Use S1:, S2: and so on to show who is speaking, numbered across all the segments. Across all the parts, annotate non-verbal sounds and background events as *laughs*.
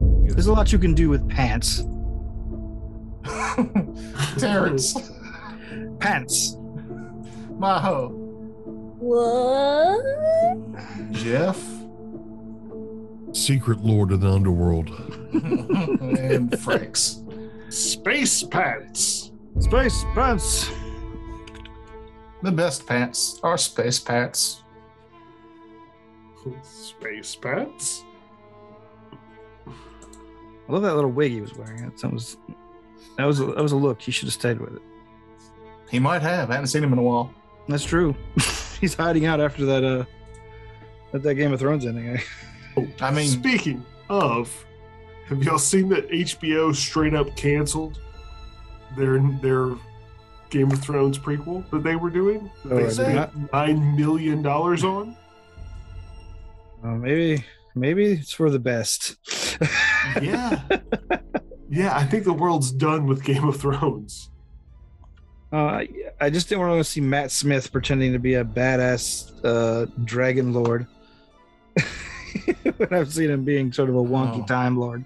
S1: There's a lot you can do with pants.
S2: *laughs* Terrence,
S1: Pants.
S2: Maho,
S3: What?
S4: *laughs*
S2: Jeff,
S5: Secret Lord of the Underworld.
S2: and Frex.
S4: Space pants.
S1: Space pants.
S2: The best pants are space pants.
S4: Space pants.
S1: I love that little wig he was wearing. That sounds. That was a, that was a look. He should have stayed with it.
S2: He might have. I haven't seen him in a while.
S1: That's true. *laughs* He's hiding out after that uh, that, that Game of Thrones ending. eh?
S2: I mean,
S4: speaking of, have y'all seen that HBO straight up canceled their their Game of Thrones prequel that they were doing? That
S1: Oh, I
S4: they
S1: did
S4: spent nine million dollars on.
S1: Uh, maybe maybe it's for the best. *laughs*
S4: Yeah, yeah. I think the world's done with Game of Thrones.
S1: uh, I- I just didn't want to see Matt Smith pretending to be a badass uh, dragon lord. *laughs* when I've seen him being sort of a wonky
S2: Oh.
S1: time lord.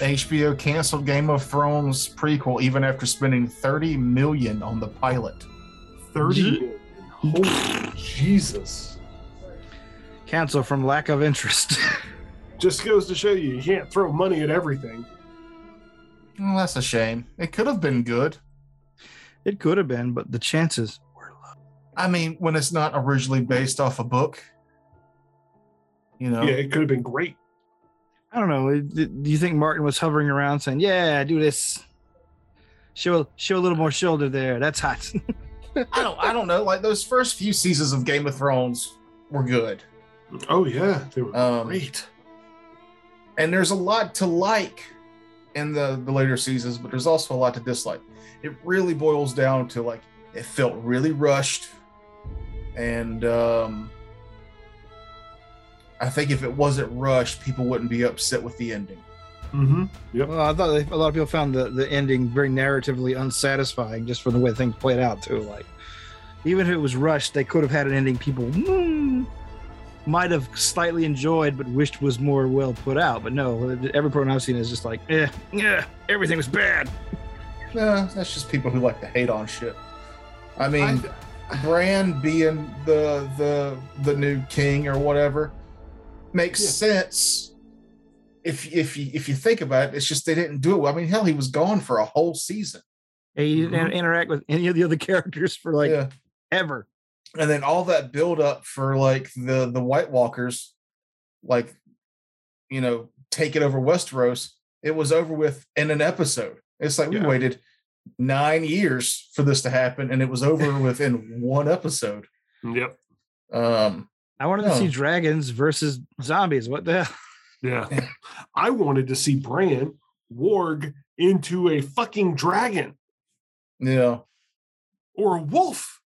S2: HBO canceled Game of Thrones prequel even after spending 30 million on the pilot.
S1: Ye-
S4: Thirty. million. Holy Jesus!
S1: Cancel from lack of interest. *laughs*
S4: Just goes to show you, you can't throw money at everything.
S2: Well, that's a shame. It could have been good.
S1: it could have been, but the chances were low.
S2: I mean, when it's not originally based off a book, you know.
S4: Yeah, it could have been great.
S1: I don't know. it- it- Do you think Martin was hovering around saying, "Yeah, do this"? Show show a little more shoulder there. That's hot.
S2: I don't. I don't know. Like those first few seasons of Game of Thrones were good,
S4: Oh yeah, they were
S2: Um,
S4: great.
S2: and there's a lot to like in the the later seasons, but there's also a lot to dislike. It really boils down to like it felt really rushed, and um, I think if it wasn't rushed, people wouldn't be upset with the ending.
S4: Mm-hmm.
S1: well, I thought they, a lot of people found the, the ending very narratively unsatisfying, just from the way things played out too. Like, even if it was rushed, they could have had an ending people mm, might have slightly enjoyed, but wished was more well put out. But no, every program I've seen is just like, eh, yeah, everything was bad.
S2: Nah, that's just people who like to hate on shit. I mean,
S4: I,
S2: Bran being the the the new king or whatever makes
S4: Yeah.
S2: sense if if you if you think about it. It's just they didn't do it. well. I mean, hell, he was gone for a whole season.
S1: And you didn't
S4: Mm-hmm.
S1: interact with any of the other *laughs* characters for like
S2: yeah,
S1: ever.
S2: and then all that build up for like the the White Walkers, like you know, taking over Westeros. It was over with in an episode. It's like we
S4: Yeah.
S2: waited nine years for this to happen, and it was over within one episode.
S4: yep.
S2: Um,
S1: I wanted to see
S2: No.
S1: dragons versus zombies. What the hell?
S4: Yeah. I wanted to see Bran warg into a fucking dragon
S2: yeah,
S4: or a wolf.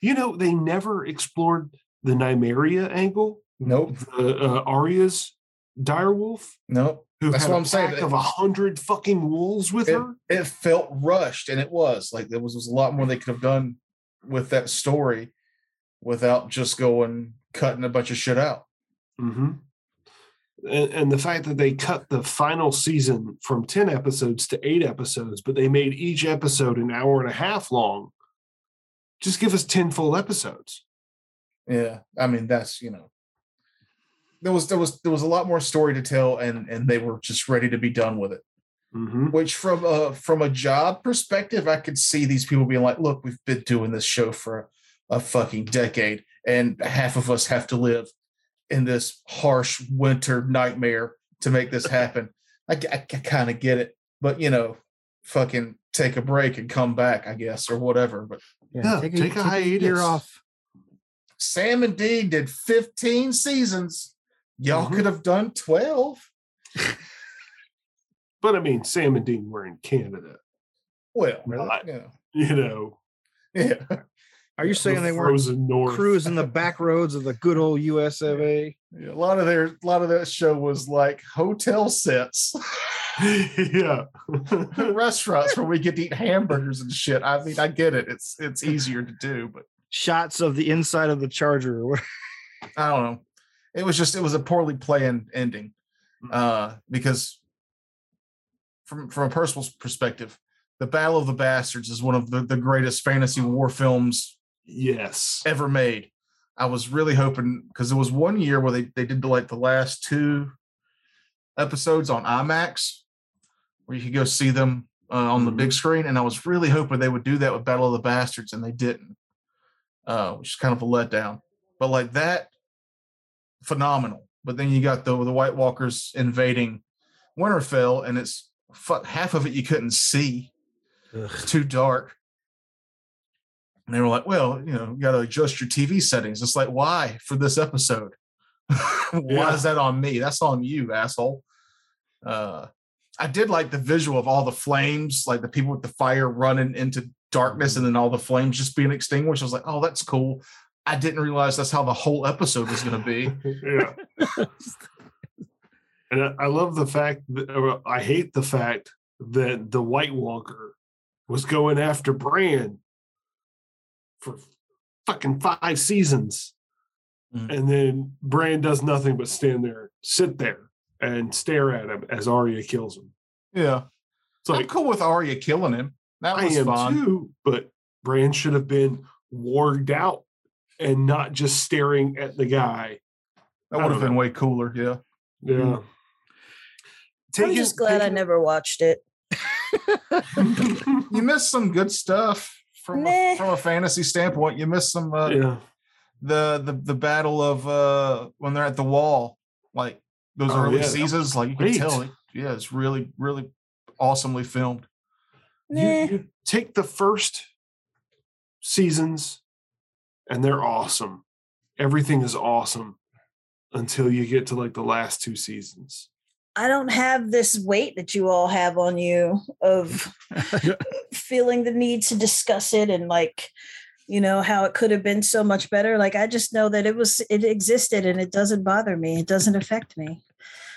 S4: You know, they never explored the Nymeria angle,
S2: nope,
S4: the uh, Arya's direwolf,
S2: nope.
S4: who
S2: That's
S4: had
S2: what
S4: a
S2: I'm saying,
S4: pack
S2: that-
S4: of a hundred fucking wolves with
S2: it,
S4: her.
S2: it felt rushed and it was like there was, was a lot more they could have done with that story without just going cutting a bunch of shit out
S4: Mm-hmm. And, and the fact that they cut the final season from 10 episodes to eight episodes, but they made each episode an hour and a half long. Just give us 10 full episodes.
S2: yeah i mean that's you know there was there was there was a lot more story to tell and and they were just ready to be done with it
S4: Mm-hmm.
S2: which from a from a job perspective i could see these people being like look we've been doing this show for a fucking decade and half of us have to live in this harsh winter nightmare to make this happen i, kind of get it but you know fucking take a break and come back i guess or whatever but
S4: Yeah, take a hiatus.
S1: year off.
S2: sam and dean did 15 seasons y'all
S4: Mhm.
S2: could have done 12
S4: But I mean, Sam and Dean were in Canada,
S2: well
S4: Not-
S2: yeah, *laughs*
S4: you know.
S2: yeah.
S1: Are you saying
S4: the
S1: they weren't
S4: frozen north.
S1: cruising the back roads of the good old US of A?
S2: Yeah, a lot of their a lot of that show was like hotel sets
S4: *laughs*
S2: *laughs*
S4: yeah. *laughs*
S2: restaurants where we get to eat hamburgers and shit. I mean, I get it. It's it's easier to do, but
S1: Shots of the inside of the charger. or whatever.
S2: I don't know. It was just it was a poorly planned ending. Uh because from from a personal perspective, the Battle of the Bastards is one of the, the greatest fantasy war films
S4: Yes.
S2: ever made. I was really hoping because there was one year where they, they did the, like the last two episodes on IMAX where you could go see them uh, on the big screen. And I was really hoping they would do that with Battle of the Bastards, and they didn't, uh, which is kind of a letdown. But like that, phenomenal. But then you got the, the White Walkers invading Winterfell, and it's fuck, half of it you couldn't see it's too dark. And they were like, well, you know, you got to adjust your TV settings. It's like, why for this episode? *laughs* why
S4: Yeah.
S2: is that on me? That's on you, asshole. Uh, I did like the visual of all the flames, like the people with the fire running into darkness
S4: Mm-hmm.
S2: and then all the flames just being extinguished. I was like, oh, that's cool. I didn't realize that's how the whole episode was going to be.
S4: *laughs* yeah.
S1: *laughs*
S4: and I, I love the fact that or I hate the fact that the White Walker was going after Bran for fucking five seasons.
S2: Mhm.
S1: Mm.
S4: And then Bran does nothing but stand there, sit there, and stare at him as Arya kills him.
S2: Yeah.
S4: It's like
S2: I'm cool with Arya killing him. That
S4: I
S2: was
S4: am
S2: fun.
S4: too, but Bran should have been warged out and not just staring at the guy.
S2: That
S4: I
S2: would
S4: don't
S2: have been way cooler. Yeah.
S4: Yeah.
S3: I'm
S4: Taking-
S3: Mm-hmm. just glad I
S4: taking-
S3: never watched it.
S4: *laughs*
S3: *laughs*
S2: you missed some good stuff from
S3: Nah.
S2: a, from a fantasy standpoint. You missed some uh,
S4: yeah.
S2: the the the battle of uh when they're at the wall, like those
S4: Oh,
S2: early
S4: yeah.
S2: seasons. Like you can
S4: Great.
S2: tell, it, yeah, it's really really awesomely filmed.
S3: Meh.
S4: you, you take the first seasons and they're awesome everything is awesome until you get to like the last two seasons
S3: I don't have this weight that you all have on you of feeling the need to discuss it and like you know how it could have been so much better like i just know that it was it existed and it doesn't bother me it doesn't affect me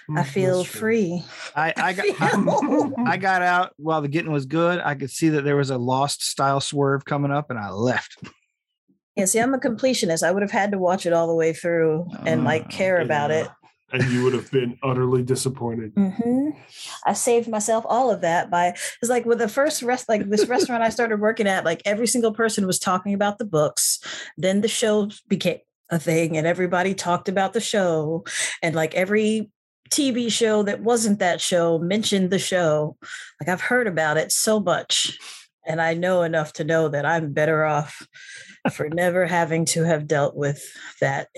S4: Mm,
S3: i feel free *laughs*
S1: I, I got. I-
S4: I,
S1: I got out while the getting was good. I could see that there was a lost style swerve coming up, and I left.
S3: yeah see i'm a completionist i would have had to watch it all the way through and like
S1: Ah,
S3: care about it
S4: and you would have been utterly disappointed *laughs*
S2: *laughs*
S3: hmm I saved myself all of that by it's like with the first rest like this restaurant I started working at, like every single person was talking about the books. Then the show became a thing, and everybody talked about the show, and like every TV show that wasn't that show mentioned the show. Like I've heard about it so much, and I know enough to know that I'm better off for never having to have dealt with that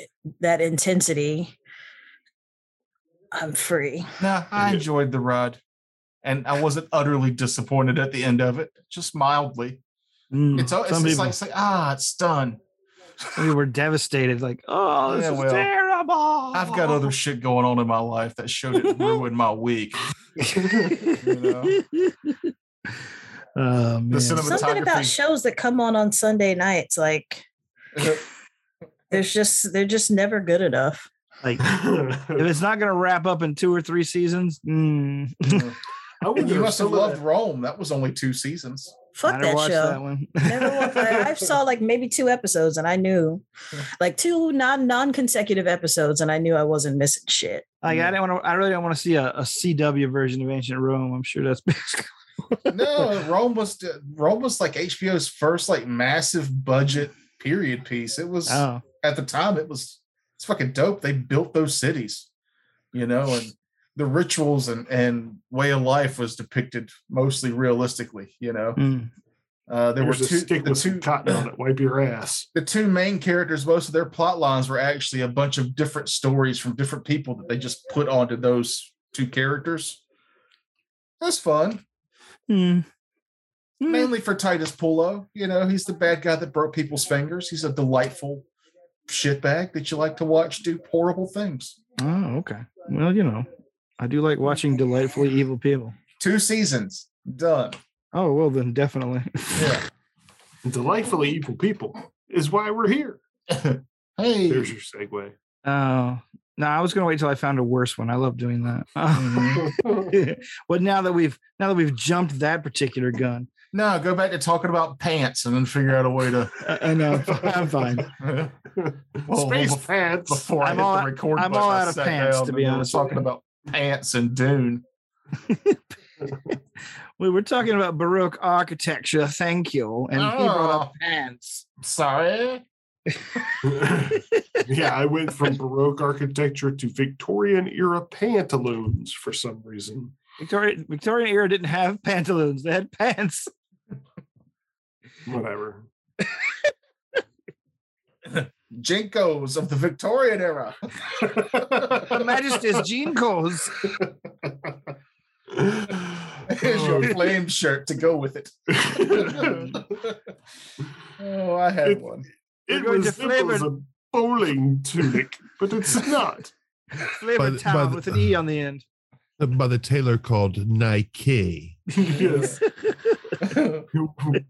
S3: that intensity. I'm free.
S2: Nah, I
S4: Yeah.
S2: enjoyed the ride, and I wasn't utterly disappointed at the end of it. Just mildly.
S1: Mm,
S2: It's al- it's,
S1: some
S2: it's
S1: people,
S2: like, it's like ah, it's done.
S1: some people were devastated. Like, oh, this
S2: Yeah,
S1: is
S2: well,
S1: terrible.
S2: I've got
S4: *laughs*
S2: other shit going on in my life that showed it ruined my week.
S1: *laughs*
S4: *laughs*
S1: Oh, man.
S2: cinema-
S3: something about
S2: cinematography.
S3: shows that come on on sunday nights like there's just they're just never good enough
S1: like, if it's not going to wrap up in two or three seasons, mm,
S2: Yeah.
S4: I
S2: And
S4: wonder
S2: you
S4: if
S2: must have
S4: some of
S2: loved
S4: that-
S2: Rome. That was only two seasons.
S1: I
S3: fuck
S1: never
S3: that
S1: watched that
S3: show
S1: one. *laughs*
S3: Never watched that. I saw like maybe two episodes and
S1: *laughs*
S3: I knew like two non non consecutive episodes and I knew I wasn't missing shit.
S1: Like
S2: Yeah.
S1: I didn't want to. I really don't want to see a, a CW version of Ancient Rome. I'm sure *laughs* that's
S2: No, Rome was Rome was like HBO's first like massive budget period piece. It was
S1: oh,
S2: at the time it was it's fucking dope. They built those cities, you know, and the rituals and and way of life was depicted mostly realistically. You know,
S1: mm.
S2: uh, there were
S4: Here's a
S2: two
S4: stick
S2: the
S4: with some
S2: two
S4: cotton on it wipe your ass
S2: the two main characters. Most of their plot lines were actually a bunch of different stories from different people that they just put onto those two characters. That's fun.
S1: Mm. Mm.
S2: mainly for Titus Pullo. You know, he's the bad guy that broke people's fingers. He's a delightful shitbag that you like to watch do horrible things.
S1: Oh, okay. Well, you know, I do like watching delightfully evil people.
S2: Two seasons done.
S1: Oh well, then definitely. *laughs*
S2: Yeah.
S4: delightfully evil people is why we're here
S2: hey,
S4: there's your segue
S1: Oh no, I was gonna wait till I found a worse one. I love doing that. Mm-hmm. *laughs* well, now that we've now that we've jumped that particular gun,
S2: no, go back to talking about pants and then figure out a way to.
S1: I, *laughs* I know I'm fine.
S2: *laughs*
S4: space
S2: bef-
S4: pants
S2: Before I
S1: I'm
S2: hit
S1: all-
S2: the record
S1: I'm
S2: button,
S1: all
S2: I
S1: out of
S2: sat
S1: pants,
S2: down
S1: to
S2: and
S1: be
S2: we were
S1: honest with
S2: Talking
S1: you.
S2: about pants and Dune.
S1: we were talking about Baroque architecture. Thank you. And he brought up
S2: Oh.
S1: pants.
S2: Sorry.
S4: *laughs* yeah, I went from Baroque architecture to Victorian era pantaloons for some reason.
S1: Victorian Victorian era didn't have pantaloons; they had pants.
S4: Whatever.
S2: Jinkos of the Victorian era. *laughs*
S1: Her Majesty's Jinkos. *laughs*
S2: Here's
S4: *laughs*
S2: your flame shirt to go with *laughs* it. oh, I had *laughs*
S4: It-
S2: one.
S1: We're
S4: it,
S1: going
S4: was,
S1: to
S4: it was
S1: flavor-
S4: a bowling tunic, but
S1: *laughs*
S4: it's not.
S1: Flavor
S5: the- by
S1: town
S5: the-
S1: with an E on the end.
S5: Uh, By the tailor called Nike.
S2: *laughs*
S4: yes.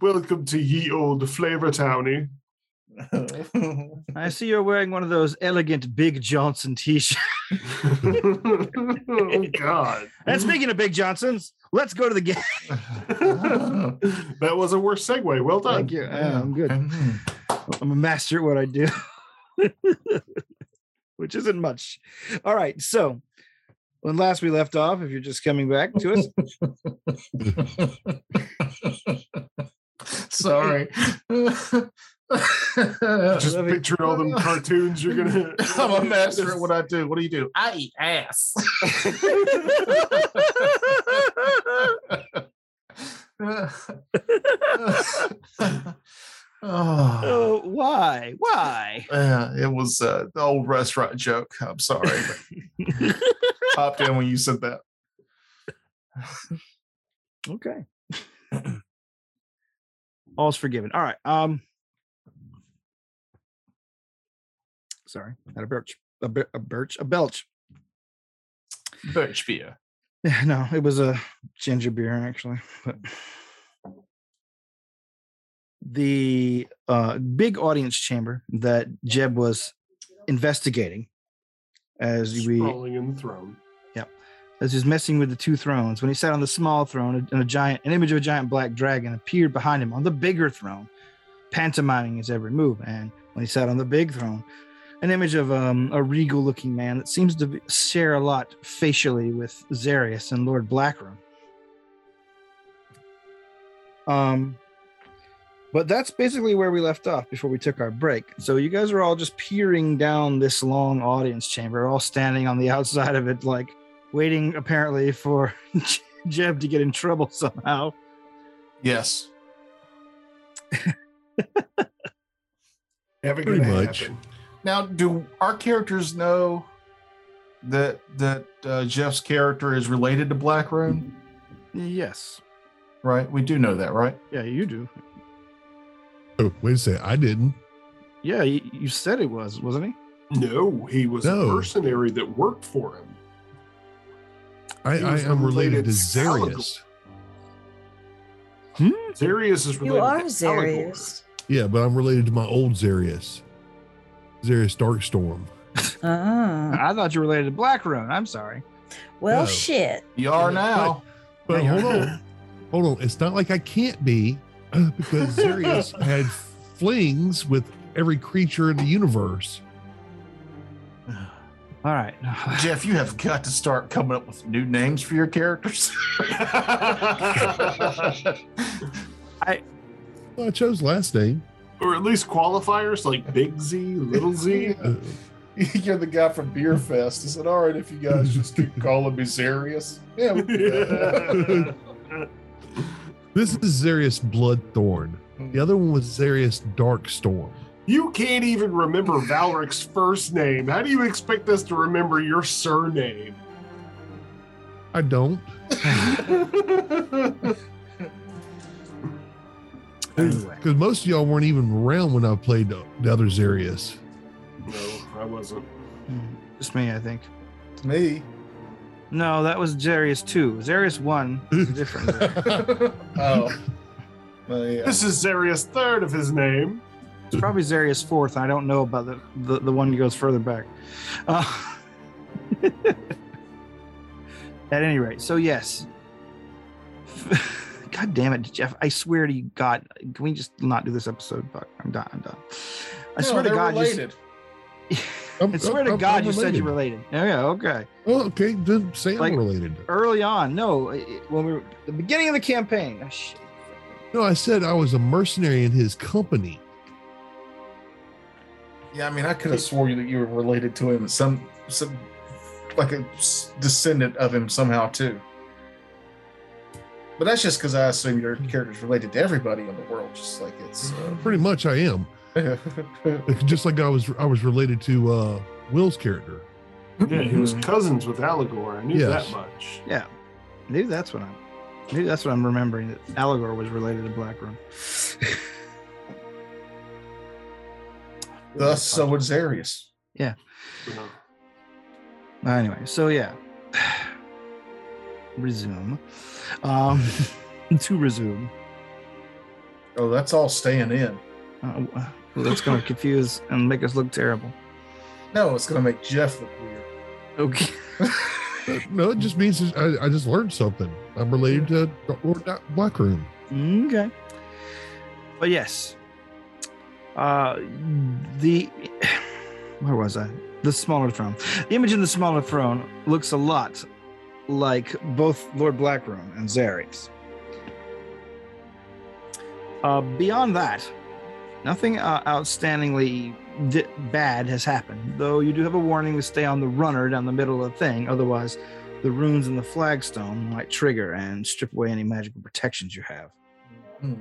S4: Welcome to ye old Flavor Townie.
S1: I see you're wearing one of those elegant Big Johnson t-shirts.
S4: oh
S5: *laughs*
S4: God.
S1: And speaking of Big Johnsons, let's go to the game.
S4: *laughs* that was a worse segue. Well done.
S1: Thank you. Yeah, I'm good. I'm a master at what I do, *laughs* which isn't much. All right. So, when last we left off, if you're just coming back to us,
S2: Sorry.
S4: Just
S1: Let me-
S4: picture all them cartoons you're gonna.
S2: *laughs* I'm a master at what I do. What do you do? *laughs* I eat ass. oh.
S1: oh, why? Why?
S2: Yeah, it was uh, the old restaurant joke. I'm sorry. but Popped in when you said that.
S1: Okay. All's forgiven. All right. Um Sorry, had a birch, a, bir- a birch, a belch.
S2: Birch beer.
S1: Yeah, no, it was a ginger beer actually. But the uh, big audience chamber that Jeb was investigating, as we
S4: Sprawling in the throne.
S1: as he was messing with the two thrones. When he sat on the small throne, and a giant, an image of a giant black dragon appeared behind him on the bigger throne, pantomiming his every move. And when he sat on the big throne, an image of um, a regal-looking man that seems to be, share a lot facially with Zarius and Lord Blackroom. Um, but that's basically where we left off before we took our break. So you guys are all just peering down this long audience chamber, all standing on the *laughs* outside of it, like waiting apparently for *laughs* Jeb to get in trouble somehow.
S2: Yes.
S4: Never
S5: Pretty
S4: gonna
S5: much.
S4: happen.
S2: Now, do our characters know that that uh, Jeff's character is related to Black Room?
S1: Yes.
S2: Right, we do know that, right?
S1: Yeah, you do.
S5: Oh, wait a second. I didn't.
S1: Yeah, you, you said it was, wasn't he?
S4: No, he was
S5: No.
S4: a mercenary that worked for him.
S5: I,
S4: He
S5: I
S4: was
S5: am
S4: related
S5: related to
S4: Salagor.
S5: Zarius.
S4: Zarius is
S3: You
S4: related.
S3: are
S4: to Allegor.
S3: Zarius.
S5: Yeah, but I'm related to my old Zarius. Zarius Darkstorm.
S3: Ah.
S1: I thought you were related to Black Roan. I'm sorry.
S3: Well,
S5: No.
S3: shit.
S2: You are now.
S5: But
S1: Yeah,
S5: hold *laughs*
S1: you are.
S5: on. Hold on. It's not like I can't be uh, *laughs* because Zarius had flings with every creature in the universe.
S1: All right. *sighs*
S2: Jeff, you have got to start coming up with new names for your characters.
S5: Well, I chose last name.
S4: *laughs* Or at least qualifiers like Big Z,
S2: *laughs*
S4: Little Z.
S5: Uh,
S2: You're the guy from Beer Fest. Is it all right if you *laughs* guys just keep
S4: *laughs*
S2: calling me *laughs* serious? Yeah. we can do that.
S5: this is Zarius Bloodthorn. The other one was Zarius Darkstorm.
S4: you can't even remember Valric's first name. How do you expect us to remember your surname?
S5: I don't.
S1: Anyway.
S5: Because most of y'all weren't even around when I played the, the other Zarius.
S4: No, I wasn't.
S1: Hmm, Just me, I think.
S2: Me.
S1: No, that was Zarius 2. Zarius 1 is a
S2: *laughs*
S1: different. Zarius.
S2: *laughs* oh. Well, yeah.
S4: This is Zarius third of his name.
S1: It's probably Zarius 4th. I don't know about the, the, the one that goes further back. Uh, *laughs* at any rate, so yes. *laughs* God damn it, Jeff. I swear to you, God, can we just not do this episode? Fuck, I'm done. I'm done. I
S2: No,
S1: swear to
S2: they're
S1: God. just-
S2: related.
S1: *laughs*
S5: I'm-
S1: I swear
S5: I'm-
S1: to
S5: I'm
S1: God, you said
S5: related.
S1: you're related. Oh, yeah, okay.
S5: Oh, okay, then say
S1: Like-
S5: I'm related.
S1: Early on, no, it- it- when we were the beginning of the campaign. Oh, shit.
S5: No, I said I was a mercenary in his company.
S2: Yeah, I mean, I could have sworn that you were related to him, some, some, like a s- descendant of him somehow too. But that's just because I assume your character's related to everybody in the world, just like it's. *laughs*
S5: Pretty much, I am.
S2: Uh,
S5: Just like I was, I was related to uh, Will's character.
S4: Yeah, he was
S2: Mhm.
S4: cousins with Allegor. I knew
S5: Yes.
S4: that much.
S1: Maybe that's what I'm. Maybe that's what I'm remembering. That Allegor was related to Blackrun.
S2: thus, so would Zarius.
S4: Yeah.
S1: Anyway, so yeah. *sighs* Resume. Um, *laughs* to resume.
S2: Oh, that's all staying in.
S1: Uh, well, that's going to confuse and make us look terrible.
S2: No, it's gonna make Jeff look weird.
S1: *laughs* Okay.
S5: But no, it just means that I, I just learned something. I'm related to Lord Da- Blackroom.
S1: Okay. But yes. Uh, the where was I? The smaller throne. The image in the smaller throne looks a lot like both Lord Blackroom and Zarex. Uh, beyond that, nothing uh, outstandingly di- bad has happened. Though you do have a warning to stay on the runner down the middle of the thing, otherwise, the runes in the flagstone might trigger and strip away any magical protections you have.
S2: Hmm.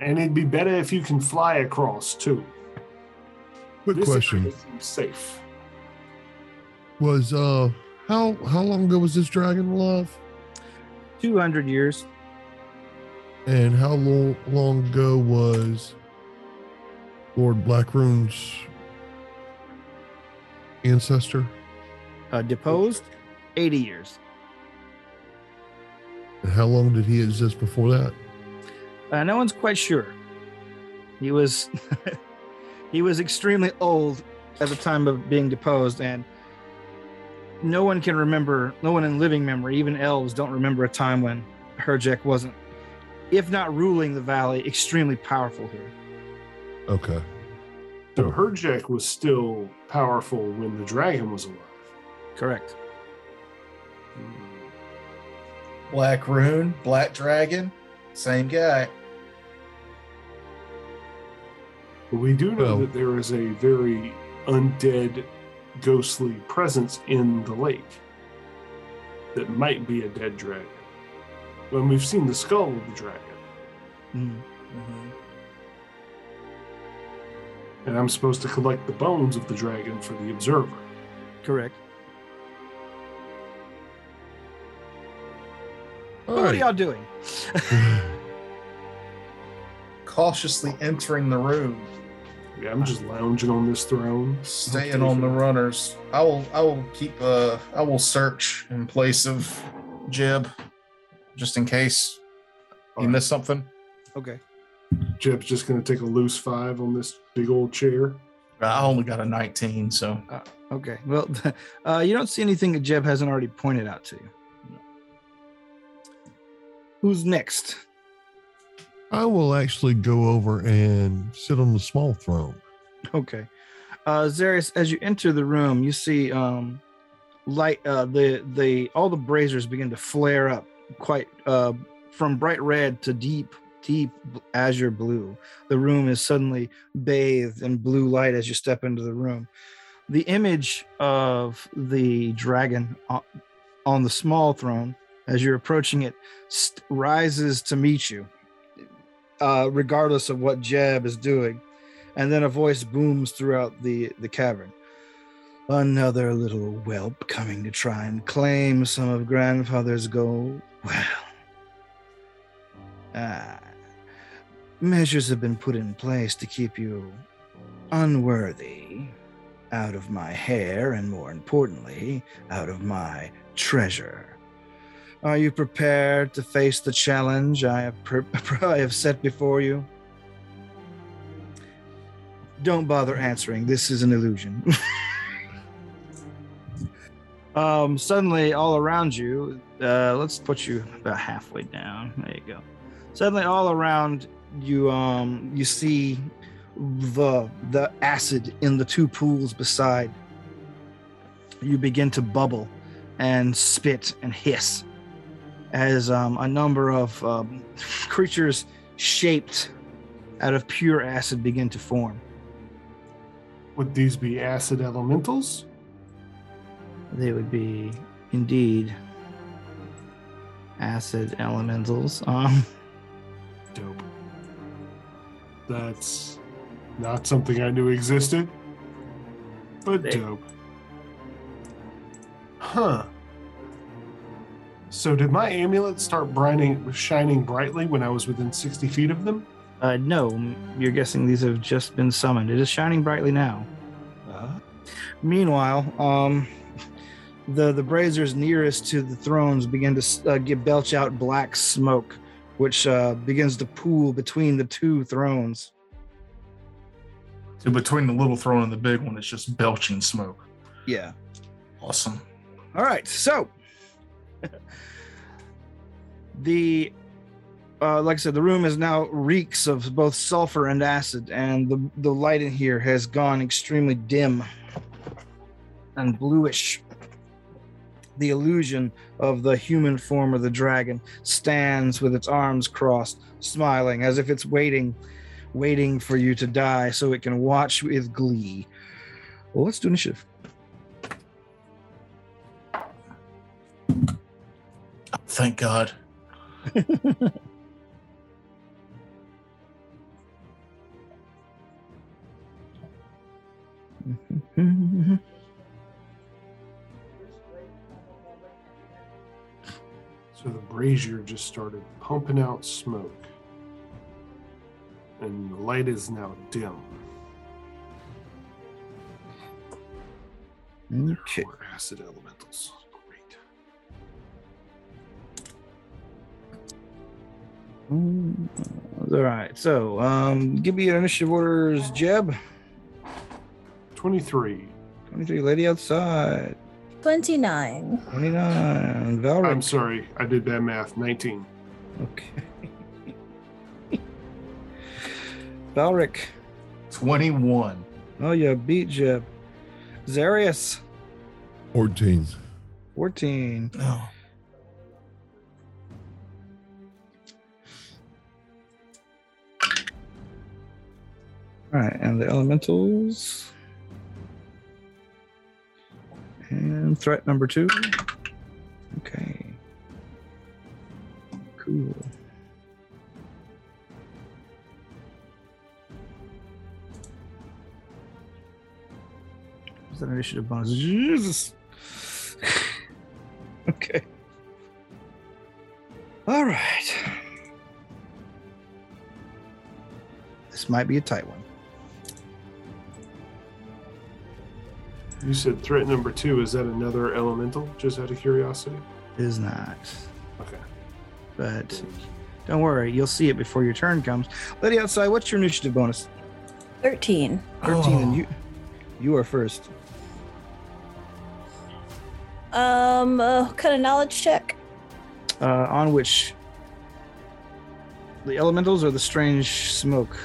S4: And it'd be better if you can fly across too.
S5: Quick
S4: This
S5: question:
S4: area seems Safe.
S5: Was uh, how how long ago was this dragon alive?
S1: Two hundred years.
S5: And how long long ago was Lord Blackroom's ancestor?
S1: Uh, deposed, eighty years.
S5: And how long did he exist before that?
S1: Uh, no one's quite sure. He was *laughs* he was extremely old at the time of being deposed, and no one can remember. No one in living memory, even elves, don't remember a time when Herjek wasn't, if not ruling the valley, extremely powerful here.
S5: Okay.
S4: So Herjek was still powerful when the dragon was alive.
S1: Correct.
S4: Hmm.
S2: Black Rune, Black Dragon, same guy.
S4: But we do know
S5: Well-
S4: that there is a very undead, ghostly presence in the lake that might be a dead dragon. When we've seen the skull of the dragon,
S1: Mm.
S2: Hmm.
S4: and I'm supposed to collect the bones of the dragon for the observer.
S1: Correct.
S5: All
S1: What are
S5: right.
S1: y'all doing?
S2: Cautiously entering the room,
S4: Yeah, I'm just lounging on this throne.
S2: staying on the runners. I will. I will keep. Uh, I will search in place of Jeb, just in case he missed something.
S1: Okay.
S4: Jeb's just going to take a loose five on this big old chair.
S2: I only got a 19, so
S1: Okay. Well, *laughs* uh, you don't see anything that Jeb hasn't already pointed out to you. Who's next?
S5: *laughs* I will actually go over and sit on the small throne.
S1: Okay. Uh Zarius, as you enter the room, you see um light uh the the all the braziers begin to flare up quite uh from bright red to deep deep azure blue. The room is suddenly bathed in blue light as you step into the room. The image of the dragon o- on the small throne as you're approaching it st- rises to meet you. Uh regardless of what Jeb is doing and then a voice booms throughout the the cavern another little whelp coming to try and claim some of grandfather's gold well ah, measures have been put in place to keep you unworthy out of my hair and more importantly out of my treasure are you prepared to face the challenge i have, *laughs* pre- I have set before you don't bother answering. This is an illusion. *laughs* um, suddenly, all around you, uh, let's put you about halfway down. There you go. Suddenly, all around you, um, you see the the acid in the two pools beside you begin to bubble and spit and hiss as um, a number of um, *laughs* creatures shaped out of pure acid begin to form.
S4: Would these be acid elementals?
S1: They would be indeed acid elementals. *laughs* Um,
S4: Dope. That's not something I knew existed, but
S1: They-
S4: dope. Huh. So, did my amulet start brining, shining brightly when I was within 60 feet of them?
S1: uh, no, you're guessing these have just been summoned. It is shining brightly now.
S4: Uh,
S1: Meanwhile, um, the the braziers nearest to the thrones begin to uh, get belch out black smoke, which uh, begins to pool between the two thrones.
S2: So between the little throne and the big one, it's just belching smoke.
S1: Yeah.
S2: Awesome.
S1: All right, so the uh, like I said, the room is now reeks of both sulfur and acid, and the the light in here has gone extremely dim and bluish. The illusion of the human form of the dragon stands with its arms crossed, smiling as if it's waiting, waiting for you to die so it can watch with glee. Well, let's do initiative.
S2: Thank God.
S4: so, the brazier just started pumping out smoke, and the light is now dim.
S1: Okay.
S4: Or acid elementals. Great.
S1: Mm, All right. So, um, give me your initiative orders, Jeb.
S4: 23.
S1: 23, Lady Outside.
S3: 29.
S1: 29, Valric.
S4: I'm sorry, I did bad math. 19.
S1: okay. *laughs* Valric.
S2: 21.
S1: Oh, you beat Jeb. Zarius,
S5: 14.
S1: 14.
S2: No.
S1: All right. And the elementals. And threat number two. Okay. Cool. Was that initiative bonus? Jesus. *laughs* okay. All right. This might be a tight one.
S4: You said threat number two. Is that another elemental? Just out of curiosity.
S1: It is not.
S4: Okay.
S1: But don't worry, you'll see it before your turn comes. Lady outside, what's your initiative bonus?
S3: 13.
S1: 13 and
S2: Oh.
S1: you you are first.
S3: Um, uh, kind of knowledge check.
S1: Uh, on which the elementals or the strange smoke?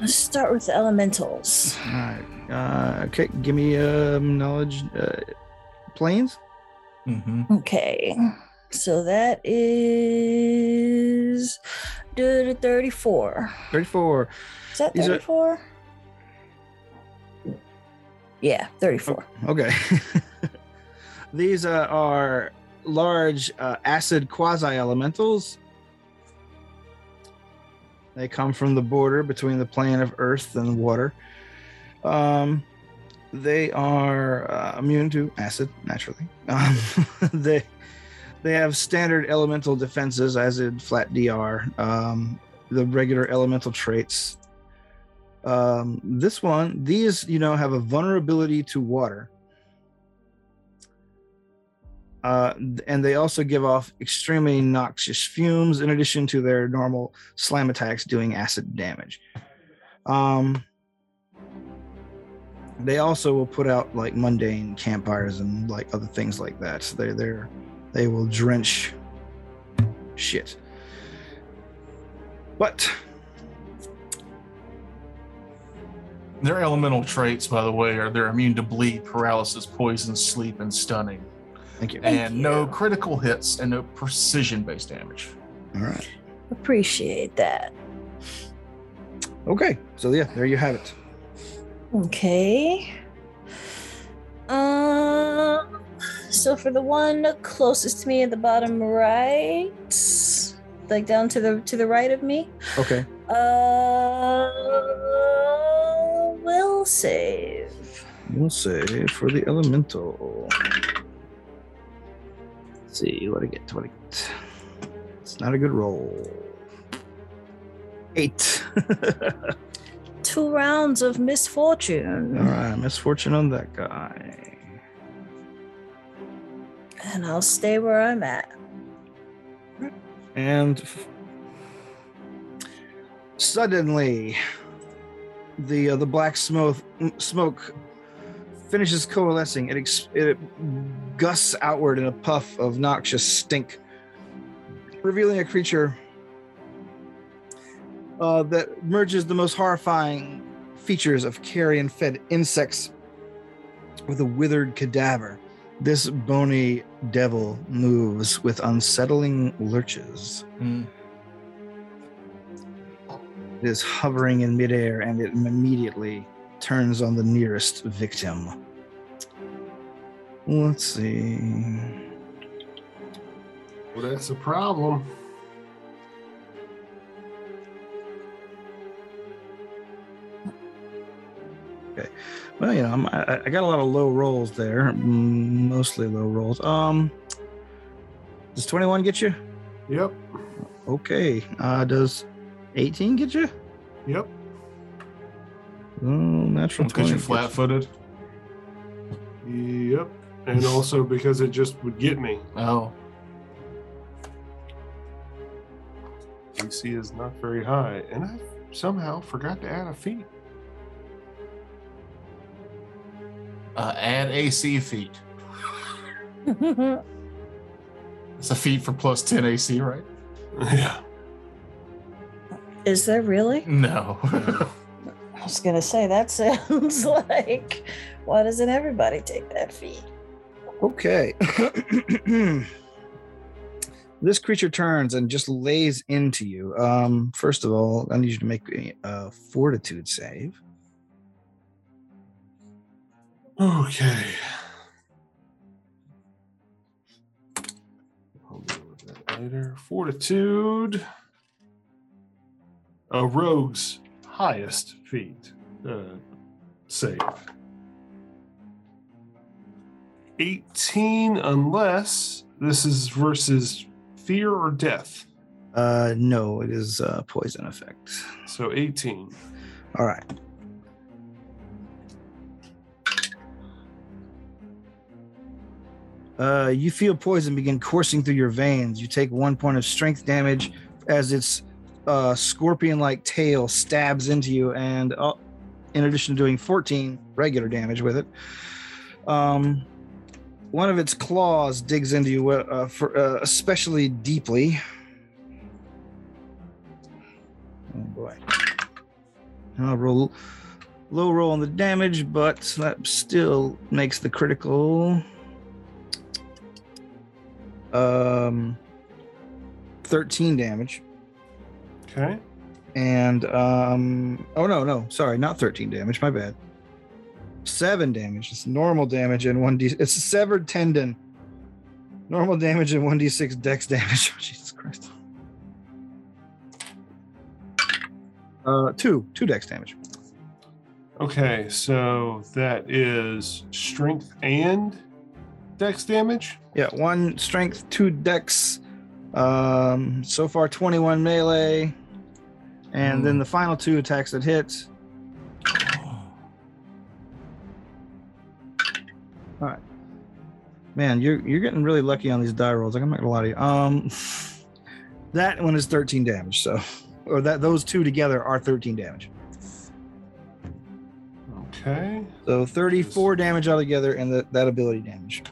S3: Let's start with the elementals.
S1: All right. Uh, okay, give me um, knowledge uh, planes.
S2: Mm-hmm.
S3: Okay. So that is duh, duh, 34.
S1: 34.
S3: Is that
S1: These are-
S3: 34? Yeah, 34.
S1: Okay. *laughs* These uh, are large uh, acid quasi elementals. They come from the border between the plane of earth and water. Um, they are uh, immune to acid, naturally. *laughs* Um, they they have standard elemental defenses, as in flat DR, um, the regular elemental traits. Um, this one, these, you know, have a vulnerability to water. Uh, and they also give off extremely noxious fumes in addition to their normal slam attacks doing acid damage. Um, they also will put out like mundane campfires and like other things like that. So they they're they will drench shit. But
S2: Their elemental traits, by the way, are they're immune to bleed, paralysis, poison, sleep, and stunning,
S1: Thank you.
S3: Thank
S2: and no
S3: you.
S2: critical hits and no precision-based damage.
S1: All right.
S3: Appreciate that.
S1: Okay. So yeah, there you have it.
S3: Okay. Um. So for the one closest to me at the bottom right, like down to the to the right of me,
S1: Okay.
S3: uh, will save.
S1: We'll say for the elemental. Let's see what I get. What I get. It's not a good roll. Eight. *laughs*
S3: Two rounds of misfortune,
S1: All right. Misfortune on that guy.
S3: and I'll stay where I'm at.
S1: And f- suddenly, the uh, the black smoke smoke finishes coalescing. It, ex- it gusts outward in a puff of noxious stink, revealing a creature uh, that merges the most horrifying features of carrion-fed insects with a withered cadaver. This bony devil moves with unsettling lurches. It is hovering in midair and it immediately turns on the nearest victim. Let's see.
S4: Well, that's a problem.
S1: Well, you know, I'm, I, I got a lot of low rolls there, mm, mostly low rolls. Um, does 21 get you?
S4: Yep.
S1: Okay. Uh, does 18 get you?
S4: Yep.
S1: Oh, natural 20.
S2: Because you're
S1: gets you.
S2: flat-footed.
S4: Yep. And also because it just would get me.
S2: Oh,
S4: DC is not very high. And I somehow forgot to add a feat.
S2: uh, add AC feat. It's a feat for plus ten AC, right?
S4: *laughs* Yeah.
S3: Is there really?
S2: No. *laughs*
S3: I was gonna say that sounds *laughs* like why doesn't everybody take that feat?
S1: Okay. *clears throat* this creature turns and just lays into you. Um, first of all, I need you to make a, a fortitude save.
S4: Okay. I'll deal with that later. Fortitude. A rogue's highest feat. Uh, save. 18, unless this is versus fear or death.
S1: Uh, no, it is uh, poison effect.
S4: So 18.
S1: All right. Uh, you feel poison begin coursing through your veins. You take one point of strength damage as its uh, scorpion like tail stabs into you, and uh, in addition to doing 14 regular damage with it, um, one of its claws digs into you uh, for, uh, especially deeply. Oh boy. I'll roll low roll on the damage, but that still makes the critical. Um, thirteen damage,
S4: Okay.
S1: and um, oh no, no, sorry, not thirteen damage. My bad. Seven damage. It's normal damage and one d. It's a severed tendon. Normal damage and one d six dex damage. *laughs* Oh, Jesus Christ. Uh, two, two dex damage.
S4: Okay, so that is strength and dex damage.
S1: Yeah, one strength, two dex. Um, so far, 21 melee. And then the final two attacks that hit. All right. Man, you're, you're getting really lucky on these die rolls. Like, I'm not going to lie to you. Um, *laughs* that one is 13 damage. So, or that those two together are 13 damage.
S4: Okay.
S1: So, 34 damage altogether and the, that ability damage.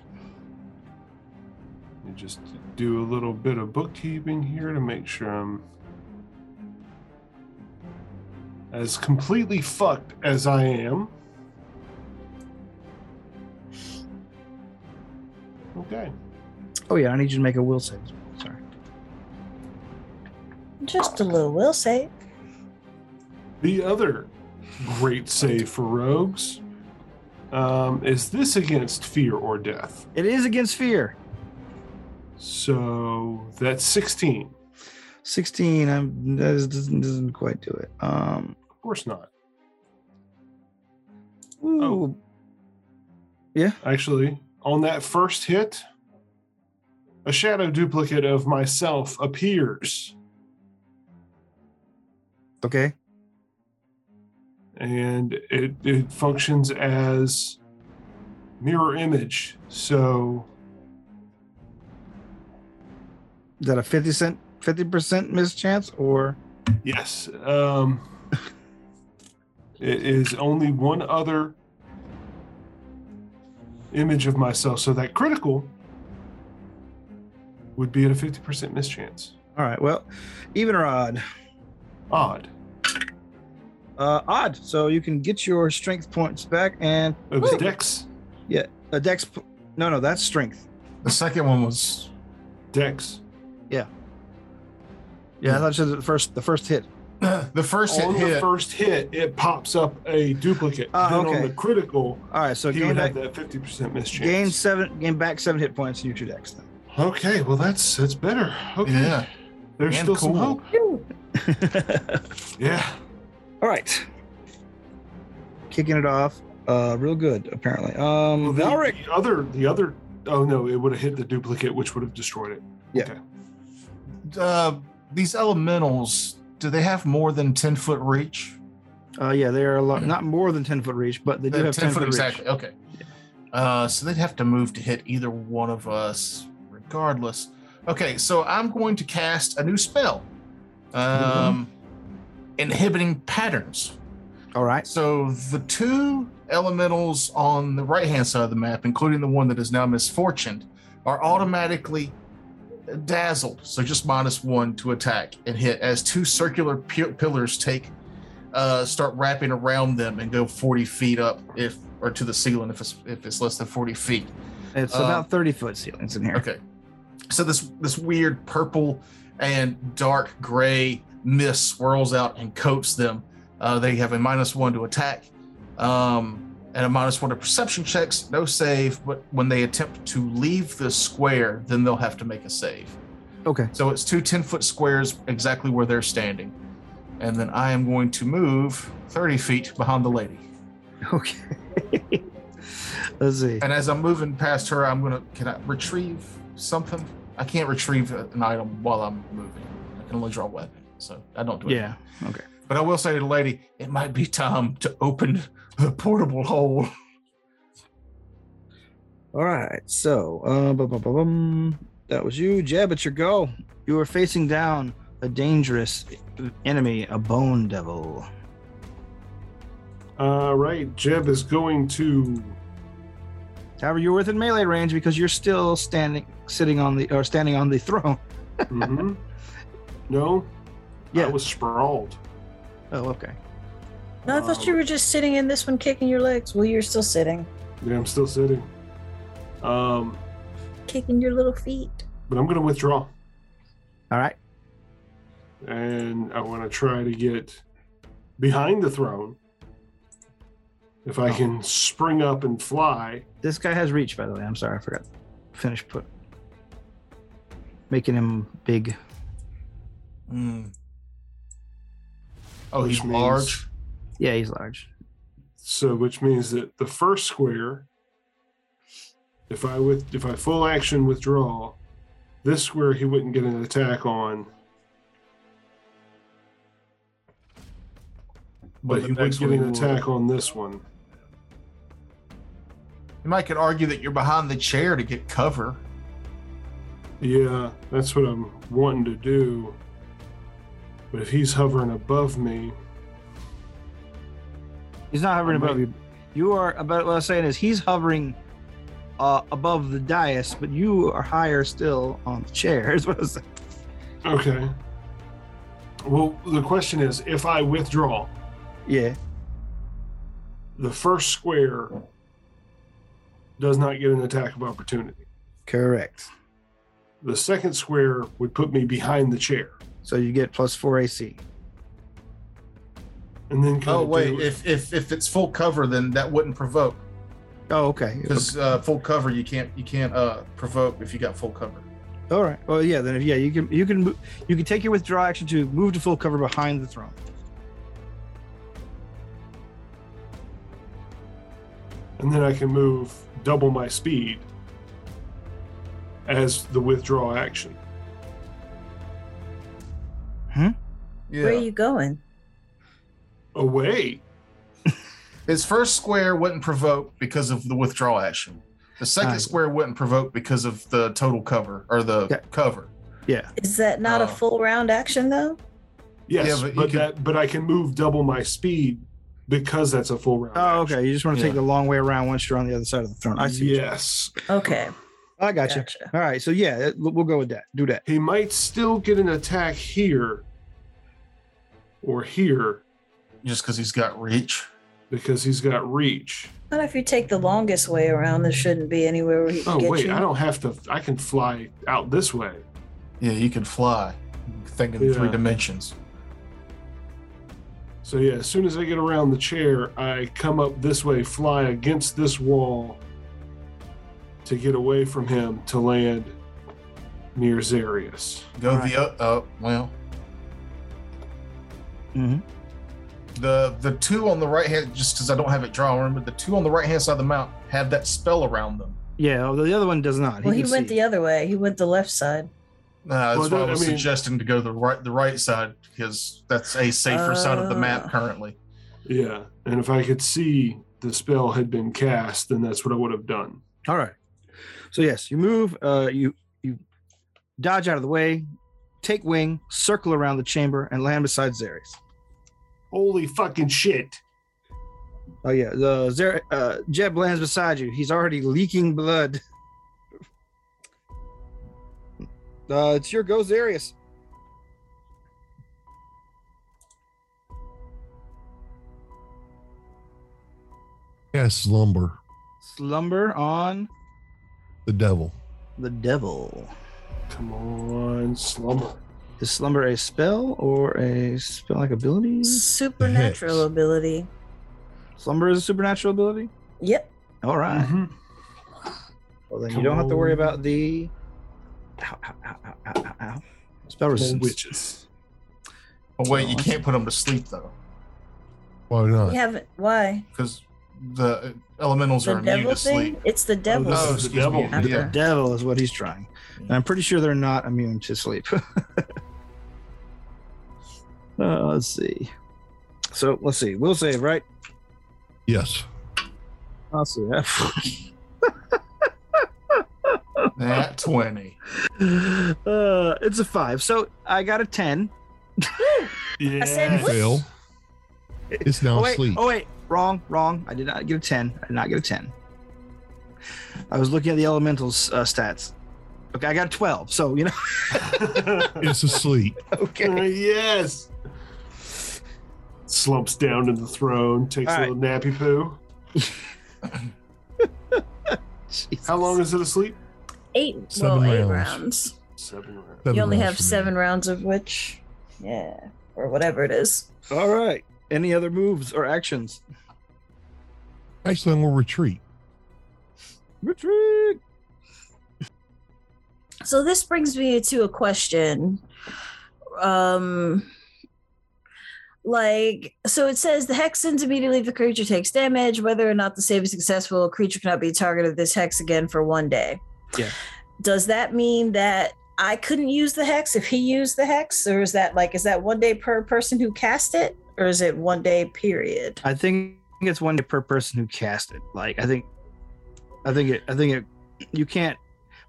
S4: Let me just do a little bit of bookkeeping here to make sure I'm as completely fucked as I am. Okay.
S1: Oh yeah, I need you to make a will save. Sorry.
S3: Just a little will save.
S4: The other great save for rogues um, is this against fear or death.
S1: It is against fear.
S4: So that's 16.
S1: 16 I'm, that is, doesn't, doesn't quite do it um
S4: Of course not. Oh.
S1: ooh,
S4: Actually, on that first hit, a shadow duplicate of myself appears
S1: okay
S4: and it, it functions as mirror image. So
S1: is that a 50 cent 50% mischance or
S4: Yes. Um, it is only one other image of myself. So that critical would be at a 50% mischance.
S1: all right well even or odd
S4: Odd.
S1: uh odd so you can get your strength points back and
S4: It was
S3: Ooh.
S4: Dex.
S1: a dex p- no no that's strength
S2: The second one was *clears throat*
S4: Dex. Hmm.
S1: yeah that's the first the first hit
S2: the first hit.
S4: on Oh, the
S2: hit.
S4: first hit, it pops up a duplicate.
S1: Ah,
S4: then on
S1: okay.
S4: the critical,
S1: all right so
S4: he
S1: gain
S4: would
S1: back,
S4: have that 50% mischance.
S1: gain seven gain back seven hit points and use your dex
S4: *laughs*
S1: then
S4: Okay, well, that's that's better. Okay.
S2: Yeah.
S4: There's
S2: and
S4: still some
S2: cool.
S4: hope. Yeah.
S1: all right kicking it off uh real good apparently um
S4: Well, the,
S1: Valric
S4: the other, the other, oh no, it would have hit the duplicate, which would have destroyed it.
S1: Yeah.
S4: Okay.
S2: Uh, these elementals, do they have more than 10 foot reach?
S1: Uh, yeah, they are a lot, not more than ten foot reach, but they do
S2: They're
S1: have Uh, ten, foot,
S2: Uh, exactly.
S1: reach.
S2: Okay. Uh, so they'd have to move to hit either one of us, regardless. Okay, so I'm going to cast a new spell, um, inhibiting patterns.
S1: All right.
S2: So the two elementals on the right hand side of the map, including the one that is now misfortuned, are automatically dazzled. So just minus one to attack and hit as two circular pi- pillars take uh, start wrapping around them and go 40 feet up if or to the ceiling if it's if it's less than 40 feet.
S1: It's
S2: Uh,
S1: about thirty foot ceilings in here.
S2: Okay. So this this weird purple and dark gray mist swirls out and coats them. Uh, they have a minus one to attack, um, and a minus one to perception checks. No save, but when they attempt to leave the square, then they'll have to make a save.
S1: Okay.
S2: So it's two 10 foot squares exactly where they're standing, and then I am going to move 30 feet behind the lady.
S1: Okay. *laughs* Let's see.
S2: And as I'm moving past her, I'm gonna can I retrieve something? I can't retrieve an item while I'm moving. I can only draw a weapon, so I don't do it.
S1: Yeah. Okay.
S2: But I will say to the lady, it might be time to open the portable hole.
S1: All right. So, uh, bu- bu- bu- bum. that was you, Jeb. It's your go. You are facing down a dangerous enemy, a bone devil.
S4: All right, Jeb is
S1: *laughs*
S4: going to.
S1: However, you're within melee range because you're still standing, sitting on the or standing on the *laughs* throne.
S4: Mhm. no,
S1: Yeah.
S4: I was sprawled. Uh,
S1: Oh, okay.
S3: No, I thought you were just sitting in this one, kicking your legs. Well, you're still sitting,
S4: Yeah, I'm still sitting. Um,
S3: kicking your little feet.
S4: but I'm going to withdraw,
S1: All right.
S4: and I want to try to get behind the throne. If I
S1: Oh.
S4: can spring up and fly,
S1: This guy has reach, by the way. I'm sorry, I forgot. to Finish put. Making him big.
S2: Hmm. Oh, he's
S4: Which means-
S2: large.
S1: Yeah, he's large.
S4: so which means that the first square, if I with if I full action withdraw, this square he wouldn't get an attack on, but
S2: the
S4: he would
S2: next
S4: get
S2: one will-
S4: an attack on this one.
S2: You might could argue that you're behind the chair to get cover.
S4: Yeah, that's what I'm wanting to do. But if he's hovering above me,
S1: He's not hovering
S4: Oh,
S1: above
S4: wait.
S1: you. You are about what I was saying is he's hovering uh, above the dais, but you are higher still on the chair. *laughs* Is what I was saying.
S4: okay. Well, the question is if I withdraw,
S1: Yeah.
S4: The first square does not get an attack of opportunity.
S1: Correct.
S4: The second square would put me behind the chair.
S1: So you get plus four AC.
S4: And then can
S2: Oh
S4: I
S2: wait,
S4: do-
S2: if if if it's full cover, then that wouldn't provoke
S1: Oh, okay.
S2: because uh, full cover you can't you can't uh, provoke if you got full cover.
S1: All right. Well, yeah. Then, if, yeah, you can you can mo- you can take your withdraw action to move to full cover behind the throne.
S4: and then I can move double my speed as the withdraw action.
S3: Where are
S2: Yeah,
S3: you going?
S4: Away.
S2: his first square wouldn't provoke because of the withdrawal action. The second
S1: Ah.
S2: square wouldn't provoke because of the total cover or the
S1: Yeah.
S2: cover.
S1: Yeah.
S3: Is that not
S2: Oh.
S3: a full round action though?
S4: Yes,
S2: Yeah, but
S4: but,
S2: you can-
S4: that but I can move double my speed because that's a full round.
S1: Oh,
S4: action.
S1: okay. You just want to take
S2: Yeah.
S1: the long way around once you're on the other side of the throne. I see. what you-
S4: Yes.
S3: Okay,
S1: I got you.
S3: gotcha.
S1: All right. So yeah, it- we'll go with that. Do that.
S4: He might still get an attack here or here
S2: Just because he's got reach.
S4: because he's got reach.
S3: But if you take the longest way around, there shouldn't be anywhere where he can
S4: Oh
S3: get
S4: wait,
S3: you.
S4: I don't have to I can fly out this way.
S2: Yeah, you can fly. Think in three
S4: Yeah.
S2: dimensions.
S4: So yeah, as soon as I get around the chair, I come up this way, fly against this wall to get away from him to land near Zarius.
S2: Go
S1: Alright.
S2: the uh, uh well.
S1: Mhm.
S2: The the two on the right hand, just because I don't have it drawn, remember the two on the right hand side of the mount had that spell around them.
S1: Yeah. although The other one does not.
S3: well, he
S1: can
S3: went
S1: see.
S3: the other way. He went the left side.
S2: Uh, that's why
S4: Well, that-
S2: I
S4: I
S2: was
S4: mean-
S2: suggesting to go the right the right side because that's a safer side of the
S3: Ah.
S4: Uh.
S2: map currently.
S4: Yeah. And if I could see the spell had been cast, then that's what I would have done.
S1: All right. So yes, you move. Uh, you you dodge out of the way, take wing, circle around the chamber, and land beside Zarius.
S4: Holy fucking shit.
S1: Oh yeah, the Zer- uh, Jeb lands beside you. He's already leaking blood. *laughs* Uh, it's your go, Zarius.
S5: Cast slumber,
S1: Slumber on
S5: the devil.
S1: the devil.
S4: Come on, slumber.
S1: Is slumber a spell or a spell like ability?
S3: Supernatural
S5: hex.
S3: ability.
S1: Slumber is a supernatural ability.
S3: Yep.
S1: All right.
S3: Mm-hmm.
S4: Mhm.
S1: Well, then you
S4: Come
S1: don't have to worry
S4: on.
S1: about the ow, ow, ow, ow, ow, ow, ow. spell
S4: Old
S1: resistance.
S4: witches.
S2: But wait, you
S1: Oh.
S2: can't put them to sleep though,
S5: Why not?
S3: We haven't. Why?
S2: because the uh, elementals
S3: The
S2: are immune
S3: devil
S2: to
S3: thing?
S2: sleep.
S3: It's the devil.
S4: This
S2: Oh,
S4: is the
S2: excuse
S4: devil.
S2: me.
S3: Okay.
S2: Yeah.
S1: Devil is what he's trying, and I'm pretty sure they're not immune to sleep. *laughs* uh, let's see. So let's see. We'll save, right?
S5: Yes.
S1: I'll Uh, see. *laughs*
S2: That twenty.
S1: uh, it's a five. So I got a ten.
S4: Yeah.
S3: I said what?
S5: Fail. It's now
S1: oh wait,
S5: asleep.
S1: oh wait, wrong, wrong. I did not get a ten. I did not get a ten. I was looking at the elementals uh, stats. Okay, I got a twelve. So you know, *laughs*
S5: It's asleep.
S1: okay.
S4: Uh, *laughs* yes. Slumps down to the throne, takes
S1: All
S4: a
S1: right.
S4: little nappy poo. How long is it asleep?
S3: Eight.
S5: Seven
S3: well, eight
S5: rounds.
S3: rounds.
S4: Seven rounds.
S5: Seven
S3: You only
S5: rounds
S3: have
S5: for me.
S3: seven rounds of which, yeah, or whatever it is.
S1: All right. Any other moves or actions?
S5: Actually, I'm going to retreat.
S1: Retreat.
S3: So this brings me to a question. Um like so it says the hex ends immediately if the creature takes damage, whether or not the save is successful, a creature cannot be targeted with this hex again for one day.
S1: Yeah.
S3: Does that mean that I couldn't use the hex if he used the hex? Or is that like is that one day per person who cast it? Or is it one day period?
S1: I think it's one day per person who cast it. Like I think, I think it. I think it. You can't.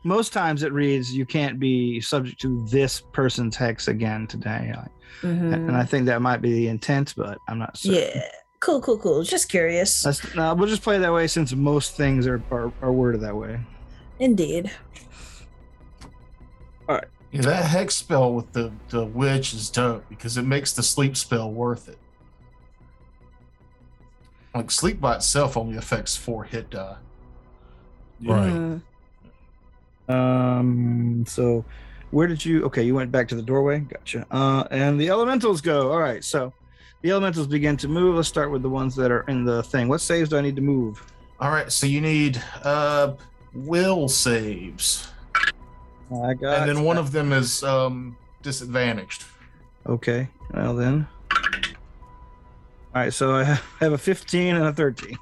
S1: Most times it reads you can't be subject to this person's hex again today. Like, And I think that might be the intent, but I'm not sure.
S3: Yeah. Cool, cool, cool. Just curious.
S1: That's, no, we'll just play it that way since most things are, are, are worded that way.
S3: Indeed.
S2: Yeah, that hex spell with the the witch is dope because it makes the sleep spell worth it. Like sleep by itself only affects four hit die.
S5: Right.
S3: Mm.
S1: Um. So, where did you? Okay, you went back to the doorway. Gotcha. Uh, and the elementals go. All right. So, the elementals begin to move. Let's start with the ones that are in the thing. What saves do I need to move?
S2: All right, so you need uh will saves,
S1: I got.
S2: and then one of them is um disadvantaged.
S1: Okay. Well then. All right. So I have I have a 15 and a 13.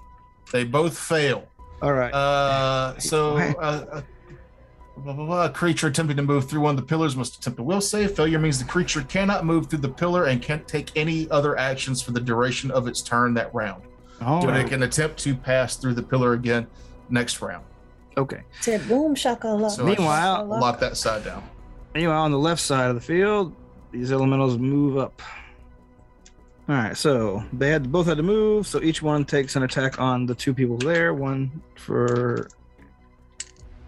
S2: They both fail.
S1: All right.
S2: Uh, so uh, a, blah, blah, blah, a creature attempting to move through one of the pillars must attempt a will save. Failure means the creature cannot move through the pillar and can't take any other actions for the duration of its turn that round.
S1: All
S2: But
S1: right.
S2: it can attempt to pass through the pillar again next round.
S1: Okay.
S3: Said boom shakalaka.
S2: So
S1: Meanwhile-
S3: shakalaka.
S2: Lock that side down.
S1: Anyway, on the left side of the field, these elementals move up. All right, so they had both had to move, so each one takes an attack on the two people there. One for,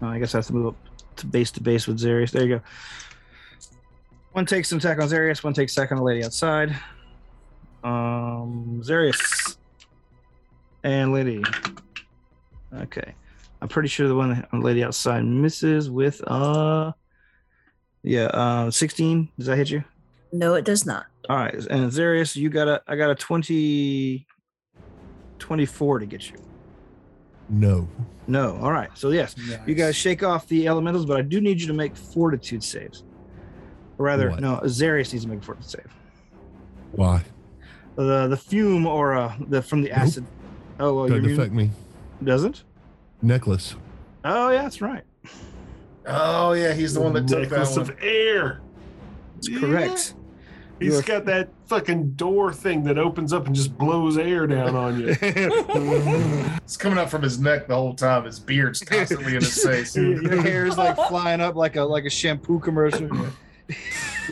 S1: oh, I guess I have to move up to base to base with Zarius. There you go. One takes an attack on Zarius. One takes attack on the lady outside. Um, Zarius and lady. Okay, I'm pretty sure the one on the lady outside misses with uh yeah, uh, 16. Does that hit you?
S3: No, it does not.
S1: All right. And Zarius, you got a, I got a 20, 24 to get you.
S5: No.
S1: No. All right. So, yes, you guys shake off the elementals, but I do need you to make fortitude saves. Or rather,
S5: What?
S1: no, Zarius needs to make a fortitude save.
S5: Why?
S1: The the fume aura the, from the
S5: Nope.
S1: acid. Oh, well,
S5: Doesn't
S1: you
S5: affect me.
S1: doesn't?
S5: Necklace.
S1: Oh, yeah, that's right.
S2: Oh yeah, he's the one that took that
S4: necklace
S2: one.
S4: of air.
S1: It's correct.
S4: He's
S1: You're-
S4: got that fucking door thing that opens up and just blows air down on you.
S2: it's coming up from his neck the whole time. His beard's constantly in his
S4: *laughs*
S2: face.
S1: Your your hair is like flying up like a like a shampoo commercial.
S4: I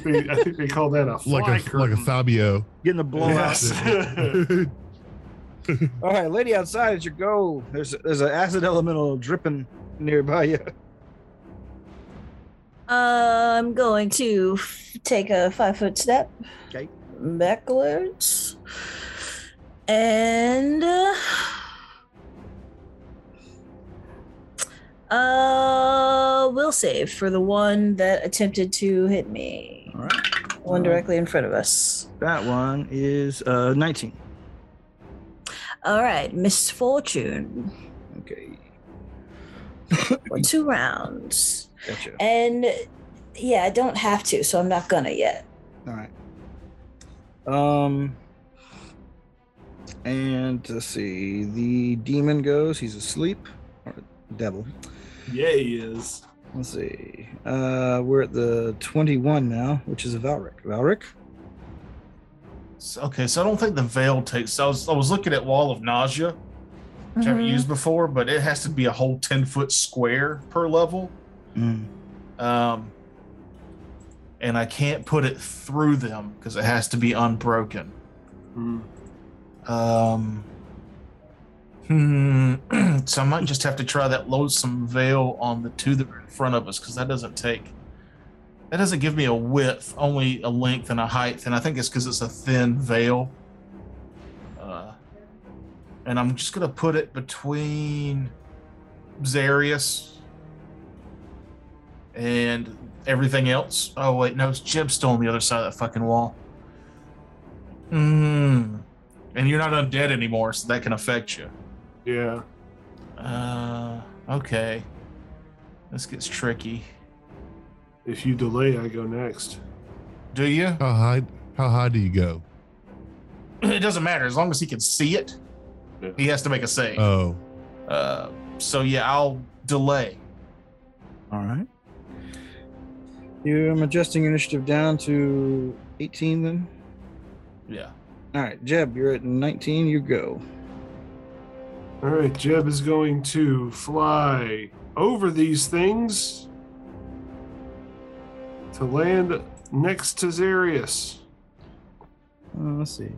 S4: think- I think they call that a fly
S5: Like a like a
S4: curtain.
S5: Fabio.
S1: Getting a blowout.
S4: Yes.
S1: All right, lady outside, it's your go. There's there's an acid elemental dripping nearby you.
S3: I'm going to f- take a five foot step
S1: Okay.
S3: backwards and uh, uh, will save for the one that attempted to hit me.
S1: All right,
S3: One directly in front of us.
S1: that one is uh 19.
S3: All right, misfortune
S1: Okay,
S3: for two rounds.
S1: gotcha.
S3: And yeah, I don't have to, so I'm not gonna yet.
S1: All right. Um, and let's see. The demon goes. He's asleep. Or devil.
S4: yeah, he is.
S1: Let's see. Uh, we're at the 21 now, which is a Valric. Valric.
S2: So- Okay, so I don't think the veil takes. I was, I was looking at Wall of Nausea, which I
S3: Mm-hmm.
S2: haven't used before, but it has to be a whole 10 foot square per level.
S1: Mm,
S2: Um, and I can't put it through them because it has to be unbroken.
S4: Mm.
S2: Um, hmm, *clears throat* so I might just have to try that loathsome veil on the two that are in front of us because that doesn't take. That doesn't give me a width, only a length and a height, and I think it's because it's a thin veil. Uh, and I'm just gonna put it between Zarius and everything else. Oh wait, no, it's Jib's still on the other side of that fucking wall. Hmm. And you're not undead anymore, so that can affect you.
S4: Yeah.
S2: Uh, okay. This gets tricky.
S4: If you delay, I go next.
S2: Do *clears throat* you?
S5: *laughs* How high how high do you go?
S2: It doesn't matter. As long as he can see it,
S4: Yeah.
S2: he has to make a save. Uh,
S5: Oh.
S2: so, yeah, I'll delay.
S1: All right. I'm adjusting initiative down to 18 then.
S2: Yeah.
S1: All right, Jeb, you're at 19. You go.
S4: All right, Jeb is going to fly over these things to land next to Zarius.
S1: Uh, let's see.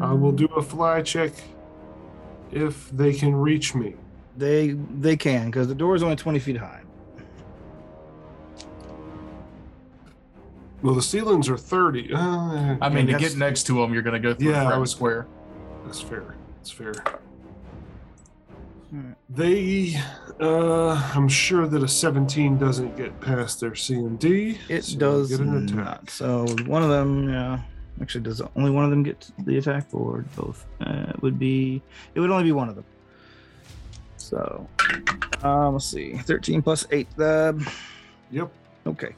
S4: I will do a fly check if they can reach me.
S1: They they can because the door is only 20 feet high.
S4: Well, the ceilings are 30. Uh,
S2: I mean, to
S4: that's-
S2: get next to him, you're going to go through
S4: Yeah,
S2: a
S4: I
S2: round
S4: was-
S2: square.
S4: That's fair. That's fair.
S1: Hmm.
S4: They, uh, I'm sure that a 17 doesn't get past their CMD.
S1: It
S4: so they
S1: does
S4: Get an attack.
S1: not. So one of them, yeah. Actually, does only one of them get to the attack board? Both. Uh, it would be. It would only be one of them. So, um, let's see. Thirteen plus eight. Uh,
S4: Yep.
S1: okay.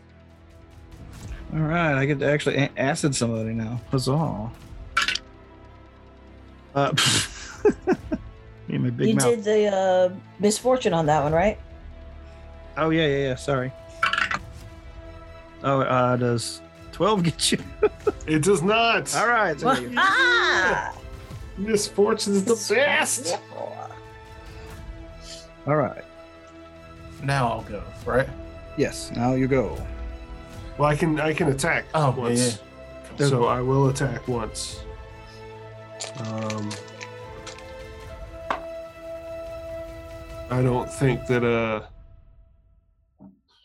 S1: All right, I get to actually a- acid somebody now. Huzzah! Uh, *laughs* me and my big
S3: you
S1: mouth.
S3: did the uh, misfortune on that one, right?
S1: Oh yeah, yeah, yeah. Sorry. Oh, uh, does twelve get you?
S4: It does
S1: *laughs*
S4: not.
S1: All right. so *laughs* you-
S3: ah!
S4: Misfortune is the best.
S1: All right.
S2: Now I'll go, right?
S1: Yes. Now you go.
S4: Well, I can I can attack
S2: Oh, yeah,
S4: once. So I will attack once. Um, I don't think that uh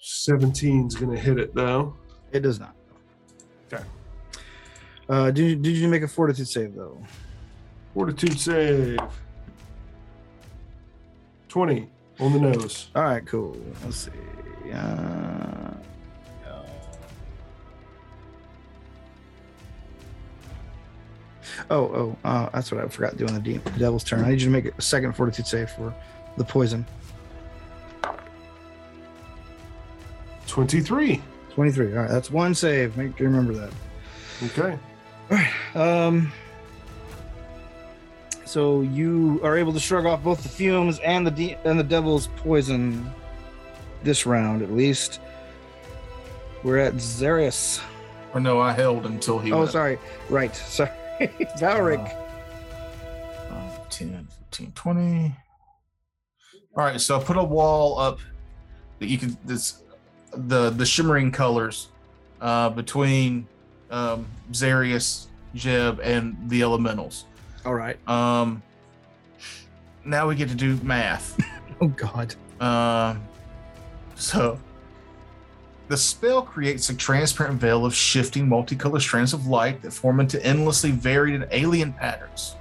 S4: 17's gonna hit it though.
S1: It does not.
S4: Okay.
S1: Uh, did you, did you make a fortitude save though?
S4: Fortitude save. Twenty on the nose.
S1: All right, cool. Let's see. Uh, oh, oh, uh, that's what I forgot doing the de- devil's turn. I need you to make a second fortitude save for the poison.
S4: Twenty-three.
S1: Twenty-three. All right, that's one save. Make sure you remember that.
S4: Okay.
S1: Um, so you are able to shrug off both the fumes and the de- and the devil's poison this round, at least. We're at Zarius.
S2: Or no, I held until he.
S1: Oh,
S2: went.
S1: sorry. Right. *laughs* Sorry. Valric.
S2: Uh, uh, 10, 15, 20. All right, so I put a wall up that you can this the the shimmering colors uh, between um, Zarius, Jeb, and the elementals.
S1: All right.
S2: Um, now we get to do math.
S1: Oh, God.
S2: Um, so the spell creates a transparent veil of shifting multicolored strands of light that form into endlessly varied and alien patterns.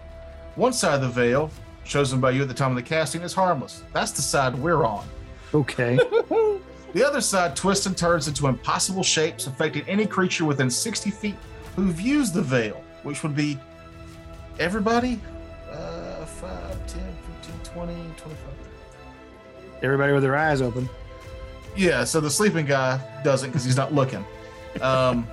S2: One side of the veil, chosen by you at the time of the casting, is harmless. That's the side we're on.
S1: *laughs* Okay.
S2: The other side twists and turns into impossible shapes, affecting any creature within 60 feet who views the veil, which would be everybody? Uh, 5, 10, 15, 20, 25.
S1: Everybody with their eyes open.
S2: Yeah, so the sleeping guy doesn't because he's not looking. Um,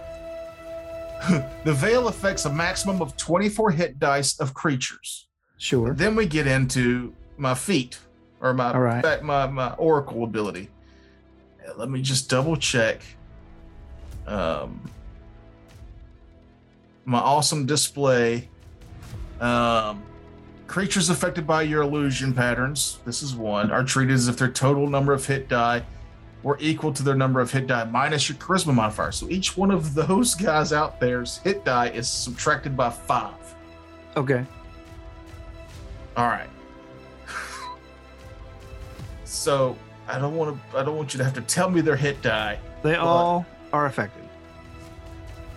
S2: *laughs* the veil affects a maximum of 24 hit dice of creatures.
S1: Sure.
S2: Then we get into my feet or my
S1: All right.
S2: back, my, my oracle ability. Uh, Let me just double check. Um, my awesome display. Um, creatures affected by your illusion patterns. This is one are treated as if their total number of hit die were equal to their number of hit die minus your charisma modifier. So each one of those guys out there's hit die is subtracted by five.
S1: Okay.
S2: All right. so I don't want to. I don't want you to have to tell me their hit die.
S1: They all are affected.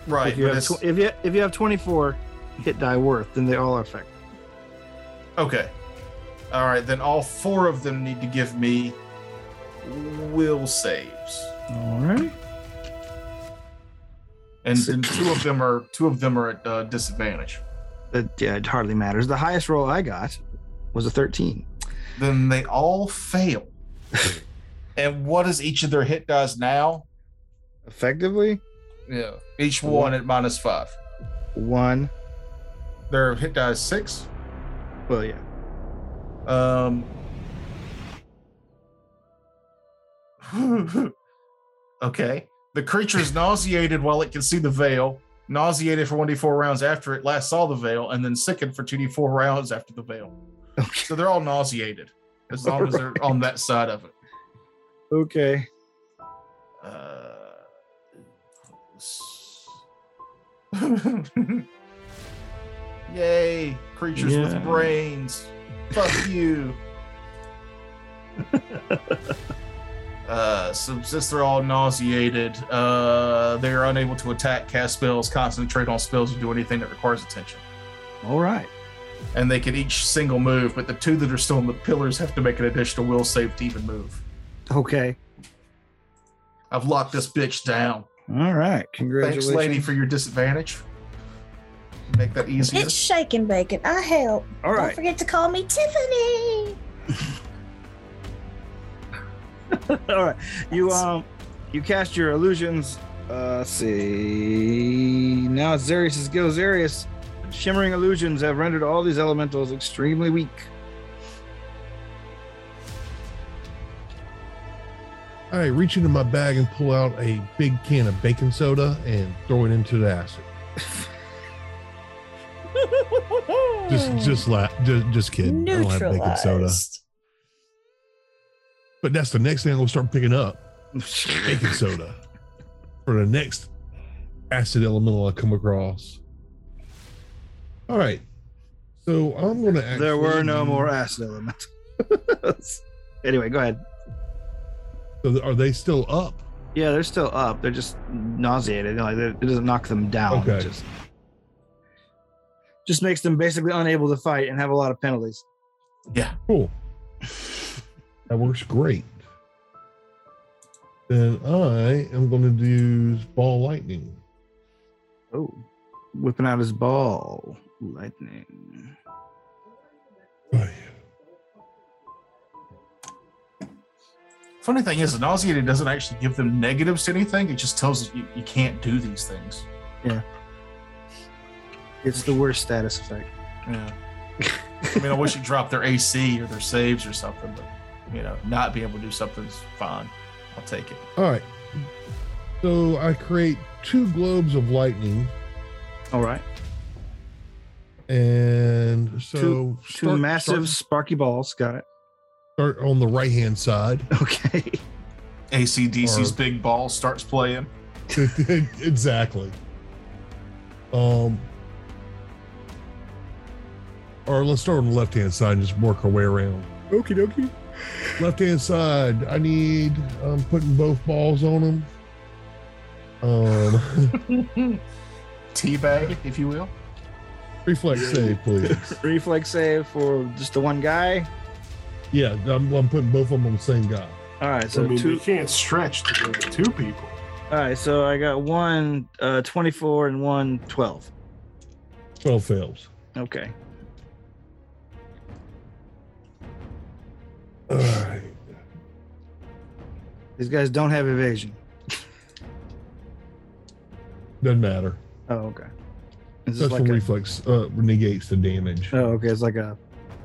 S2: Right.
S1: If you,
S2: but
S1: have
S2: it's-
S1: tw- if, you, if you have 24 hit die worth, then they all are affected.
S2: okay. All right. Then all four of them need to give me will saves,
S1: All right.
S2: and then two of them are two of them are at uh, disadvantage.
S1: It, yeah, it hardly matters. The highest roll I got was a 13.
S2: Then they all *laughs* fail. and what is each of their hit dies now?
S1: Effectively,
S2: Yeah. Each one at minus five.
S1: one.
S2: Their hit die is six.
S1: Well, yeah.
S2: Um. *laughs* okay. The creature is nauseated while it can see the veil, nauseated for 1d4 rounds after it last saw the veil, and then sickened for 2d4 rounds after the veil.
S1: Okay.
S2: So they're all nauseated as long as they're on that side of it.
S1: Okay.
S2: Uh, s- *laughs* Yay, creatures
S1: Yeah.
S2: with brains. Fuck you. uh, so since they're all nauseated, uh, they are unable to attack, cast spells, concentrate on spells, or do anything that requires attention.
S1: All right.
S2: and they can each single move, but the two that are still on the pillars have to make an additional will save to even move.
S1: Okay.
S2: I've locked this bitch down.
S1: All right.
S2: Thanks,
S1: Congratulations.
S2: lady, for your disadvantage. Make that easier.
S3: It's shaking bacon. I help.
S1: All
S3: Don't
S1: right.
S3: forget to call me
S1: *laughs*
S3: Tiffany.
S1: All right. You um you cast your illusions. Uh let's see. Now it's Zarius's go. Zarius, shimmering illusions have rendered all these elementals extremely weak.
S5: I reach into my bag and pull out a big can of baking soda and throw it into the acid.
S3: Hmm.
S5: Just, just, la- just, just kidding. I don't have baking soda.
S3: neutralized.
S5: But that's the next thing I'm gonna start picking up: baking soda for the next acid elemental I come across. All right. So I'm gonna. Actually
S1: there were no
S5: use-
S1: more acid elementals. *laughs* anyway, go ahead.
S5: So are they still up?
S1: Yeah, they're still up. They're just nauseated. Like it doesn't knock them down. It
S5: Okay.
S1: just, just makes them basically unable to fight and have a lot of penalties.
S5: Cool. That works great. Then I am going to do ball lightning.
S1: Oh, whipping out his ball, lightning.
S2: Funny thing is, the nauseated doesn't actually give them negatives to anything. It just tells us you, you can't do these things.
S1: It's the worst status effect.
S2: Yeah. *laughs* I mean, I wish it dropped their AC or their saves or something, but you know, not being able to do something's fine. I'll take it.
S5: All right. So I create two globes of lightning,
S1: All right.
S5: and so
S1: Two- Two
S5: start-
S1: massive sparky balls. Got it. *laughs*
S5: start, start on the right hand side.
S1: Okay.
S2: ACDC's
S5: Or-
S2: big ball starts playing.
S5: *laughs* exactly. Um, or let's start on the left hand side and just work our way around.
S1: Okie dokie.
S5: Left hand side, I need. I'm putting both balls on them. Um, *laughs*
S2: Teabag, if you will.
S5: reflex save, please.
S1: Reflex save for just the one guy.
S5: Yeah, I'm, I'm putting both of them on the same guy.
S1: All right. So
S4: I mean,
S1: two.
S4: you can't stretch to go to two people.
S1: All right. So I got one uh, 24 and one 12.
S5: Twelve fails.
S1: Okay.
S5: All right.
S1: These guys don't have evasion.
S5: Doesn't matter.
S1: Oh, okay. Is this
S5: Special
S1: like a,
S5: reflex uh, negates the damage.
S1: oh, okay. It's like a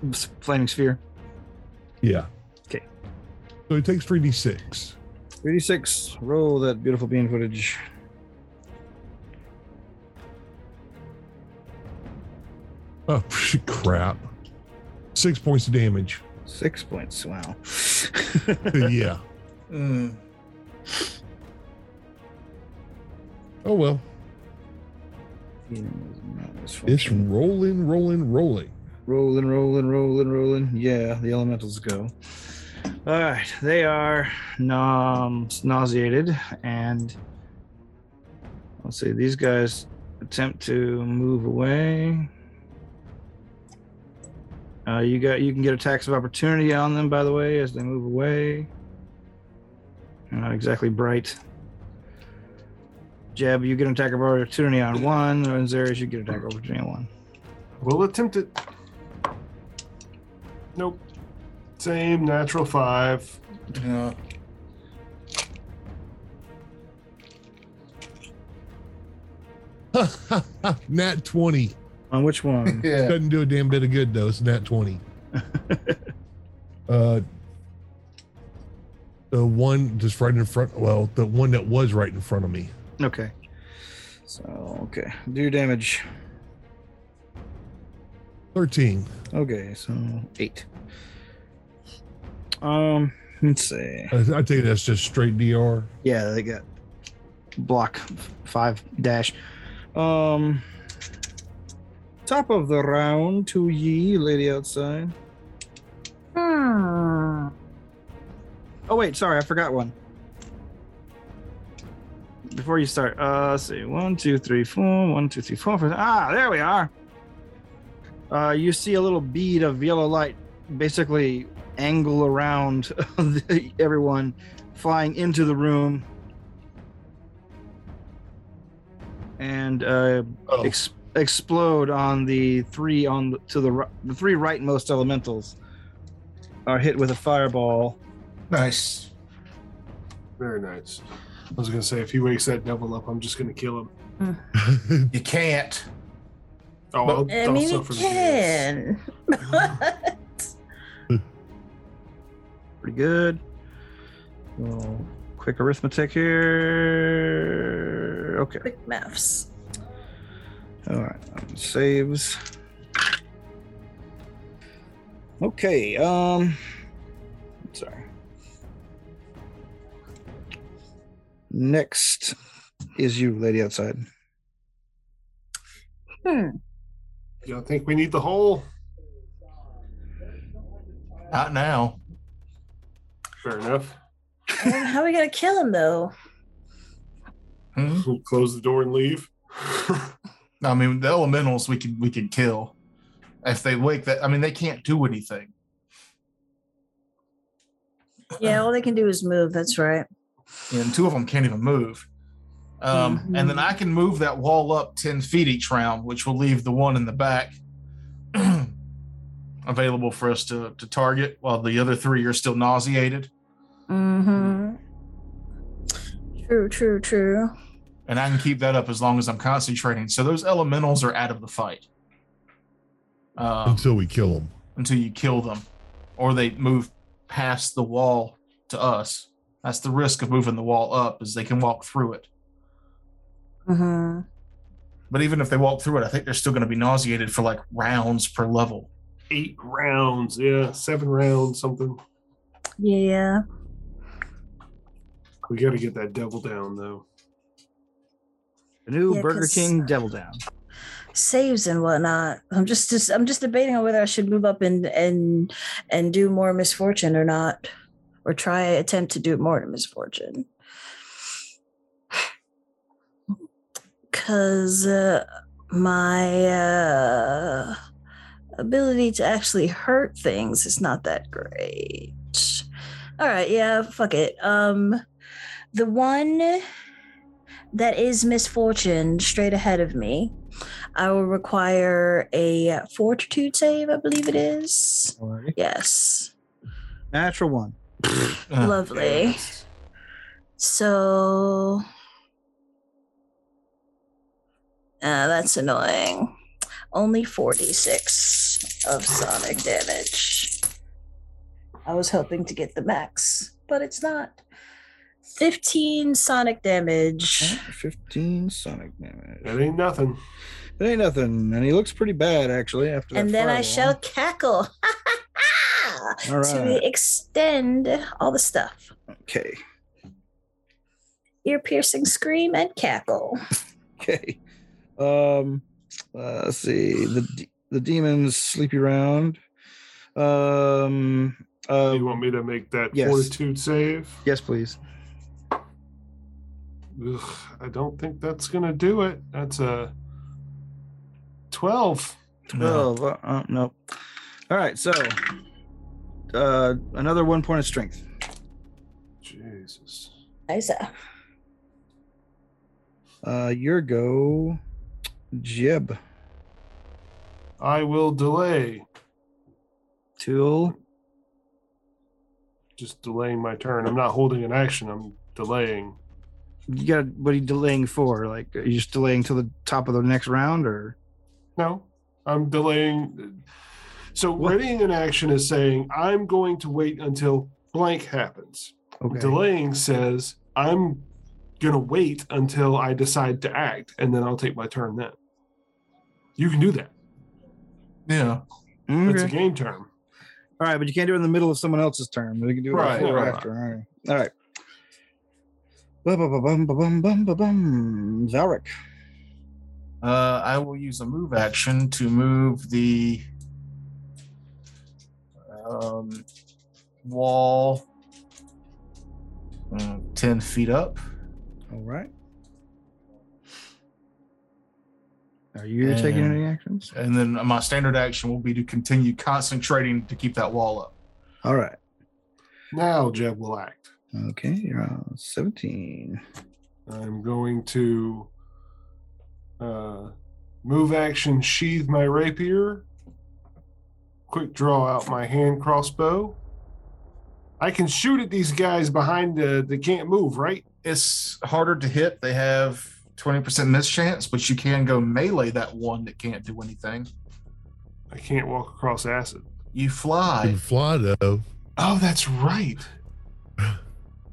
S1: s- flaming sphere.
S5: Yeah.
S1: Okay.
S5: So it takes three d six.
S1: 36. Roll that beautiful bean footage.
S5: Oh *laughs* psh, crap! Six points of damage. *laughs*
S1: Six points. Wow.
S5: yeah.
S2: Mm.
S5: Oh well. It's
S1: Rolling,
S5: rolling, rolling, rolling.
S1: rolling,
S5: *laughs*
S1: rolling, rolling. Yeah, the elementals go. All right, they are nom- nauseated, and let's see. These guys attempt to move away. Uh, you got you can get attacks of opportunity on them, by the way, as they move away. They're Not exactly bright. Jeb, you get an attack of opportunity on one, and Zarius, you get an attack of opportunity on one.
S4: We'll attempt it. Nope. Same natural five.
S2: Yeah.
S5: nat twenty
S1: On which *laughs* one?
S2: yeah.
S5: doesn't do a damn bit of good though. It's nat twenty. uh, the one just right in front. Well, the one that was right in front of me.
S1: okay. So okay, do your damage.
S5: Thirteen.
S1: Okay, so eight. Um, let's see.
S5: I, I think that's just straight *laughs* dr.
S1: Yeah, they got block f- five dash. Um, top of the round to ye, lady outside. Oh wait, sorry, I forgot one. Before you start, uh, let's see, one, two, three, four, one, two, three, four. five- Ah, there we are. Uh, you see a little bead of yellow light basically angle around *laughs* the- everyone, flying into the room. And uh,
S5: Oh,
S1: ex- explode on the three on the, to the ri- the three rightmost elementals are hit with a fireball.
S2: Nice.
S4: Very nice. I was gonna say if he wakes that devil up, I'm just gonna kill him.
S2: You can't.
S4: Oh, I'll,
S3: I
S4: I'll
S3: mean,
S4: suffer
S3: it
S4: the demons.
S3: can.
S1: Pretty good. Little quick arithmetic here. Okay.
S3: *laughs* Quick maths.
S1: All right, um, saves. Okay, um, sorry. Next is you, lady outside.
S3: Hmm.
S4: Y'all think we need the hole?
S2: Not now.
S4: Fair enough.
S3: How are we gonna kill him though?
S2: Hmm?
S4: We'll close the door and leave. *laughs*
S2: I mean, the elementals we can we can kill if they wake. That I mean, they can't do anything.
S3: Yeah, all they can do is move. That's right.
S2: and two of them can't even move. Um, And then I can move that wall up 10 feet each round, which will leave the one in the back *clears throat* available for us to, to target while the other three are still nauseated.
S3: hmm True, true, true.
S2: And I can keep that up as long as I'm concentrating. So those elementals are out of the fight um,
S5: until we kill them.
S2: until you kill them or they move past the wall to us. That's the risk of moving the wall up is they can walk through it.
S3: hmm
S2: But even if they walk through it, I think they're still going to be nauseated for like rounds per level.
S4: Eight rounds, yeah, seven rounds, something.
S3: Yeah.
S4: We gotta get that devil down though.
S1: The new
S3: Yeah,
S1: Burger
S3: 'cause-
S1: King Devil Down.
S3: Saves and whatnot. I'm just, just I'm just debating on whether I should move up and and and do more misfortune or not. Or try attempt to do more to misfortune. Cause uh, my uh, ability to actually hurt things is not that great. All right, yeah, fuck it. Um the one that is misfortune straight ahead of me. I will require a fortitude save, I believe it is.
S1: Alrighty.
S3: Yes.
S1: Natural one.
S2: Uh,
S3: Lovely. So uh, that's annoying. Only 46 of sonic damage. I was hoping to get the max, but it's not. 15 sonic damage.
S1: Alright, 15 sonic damage.
S4: That ain't nothing.
S1: It ain't nothing, and he looks pretty bad actually after that.
S3: and then I shall
S1: fireball.
S3: cackle *laughs*
S1: All right.
S3: to extend all the stuff.
S1: Okay.
S3: Ear piercing scream and cackle.
S1: *laughs* Okay. Um, uh, let's see. The d- the demons sleepy round. Um. Uh,
S4: you want me to make that
S1: yes.
S4: fortitude save?
S1: yes, please.
S4: Ugh, I don't think that's gonna do it. That's a twelve.
S2: No.
S1: Twelve. Uh, uh, nope. All right. So, uh, another one point of strength.
S4: Jesus.
S3: Isa.
S1: Uh, your go, Jib.
S4: I will delay.
S1: Tool.
S4: Just delaying my turn. I'm not holding an action. I'm delaying.
S1: You got what are you delaying for? Like, are you just delaying till the top of the next round, or
S4: No, I'm delaying. So
S1: What?
S4: readying an action is saying I'm going to wait until blank happens.
S1: okay?
S4: Delaying says I'm gonna wait until I decide to act, and then I'll take my turn then. You can do that.
S2: Yeah.
S4: It's
S1: Okay.
S4: a game term.
S1: All right, but you can't do it in the middle of someone else's turn. You can do it
S4: Right,
S1: before or
S4: right.
S1: after. All right. All right. Bum, bum, bum, bum, bum, bum. Zarek.
S2: Uh, I will use a move action to move the um, wall mm, 10 feet up.
S1: All right. Are you taking
S2: And-
S1: any actions?
S2: And then my standard action will be to continue concentrating to keep that wall up.
S1: All right.
S4: Now Jeb will act.
S1: Okay, you're on 17.
S4: I'm going to uh, move action, sheathe my rapier, quick draw out my hand crossbow. I can shoot at these guys behind the. They can't move, right?
S2: It's harder to hit. They have 20% miss chance, but you can go melee that one that can't do anything.
S4: I can't walk across acid.
S2: You
S4: *laughs*
S5: You can
S2: fly.
S5: fly though.
S4: Oh, that's right.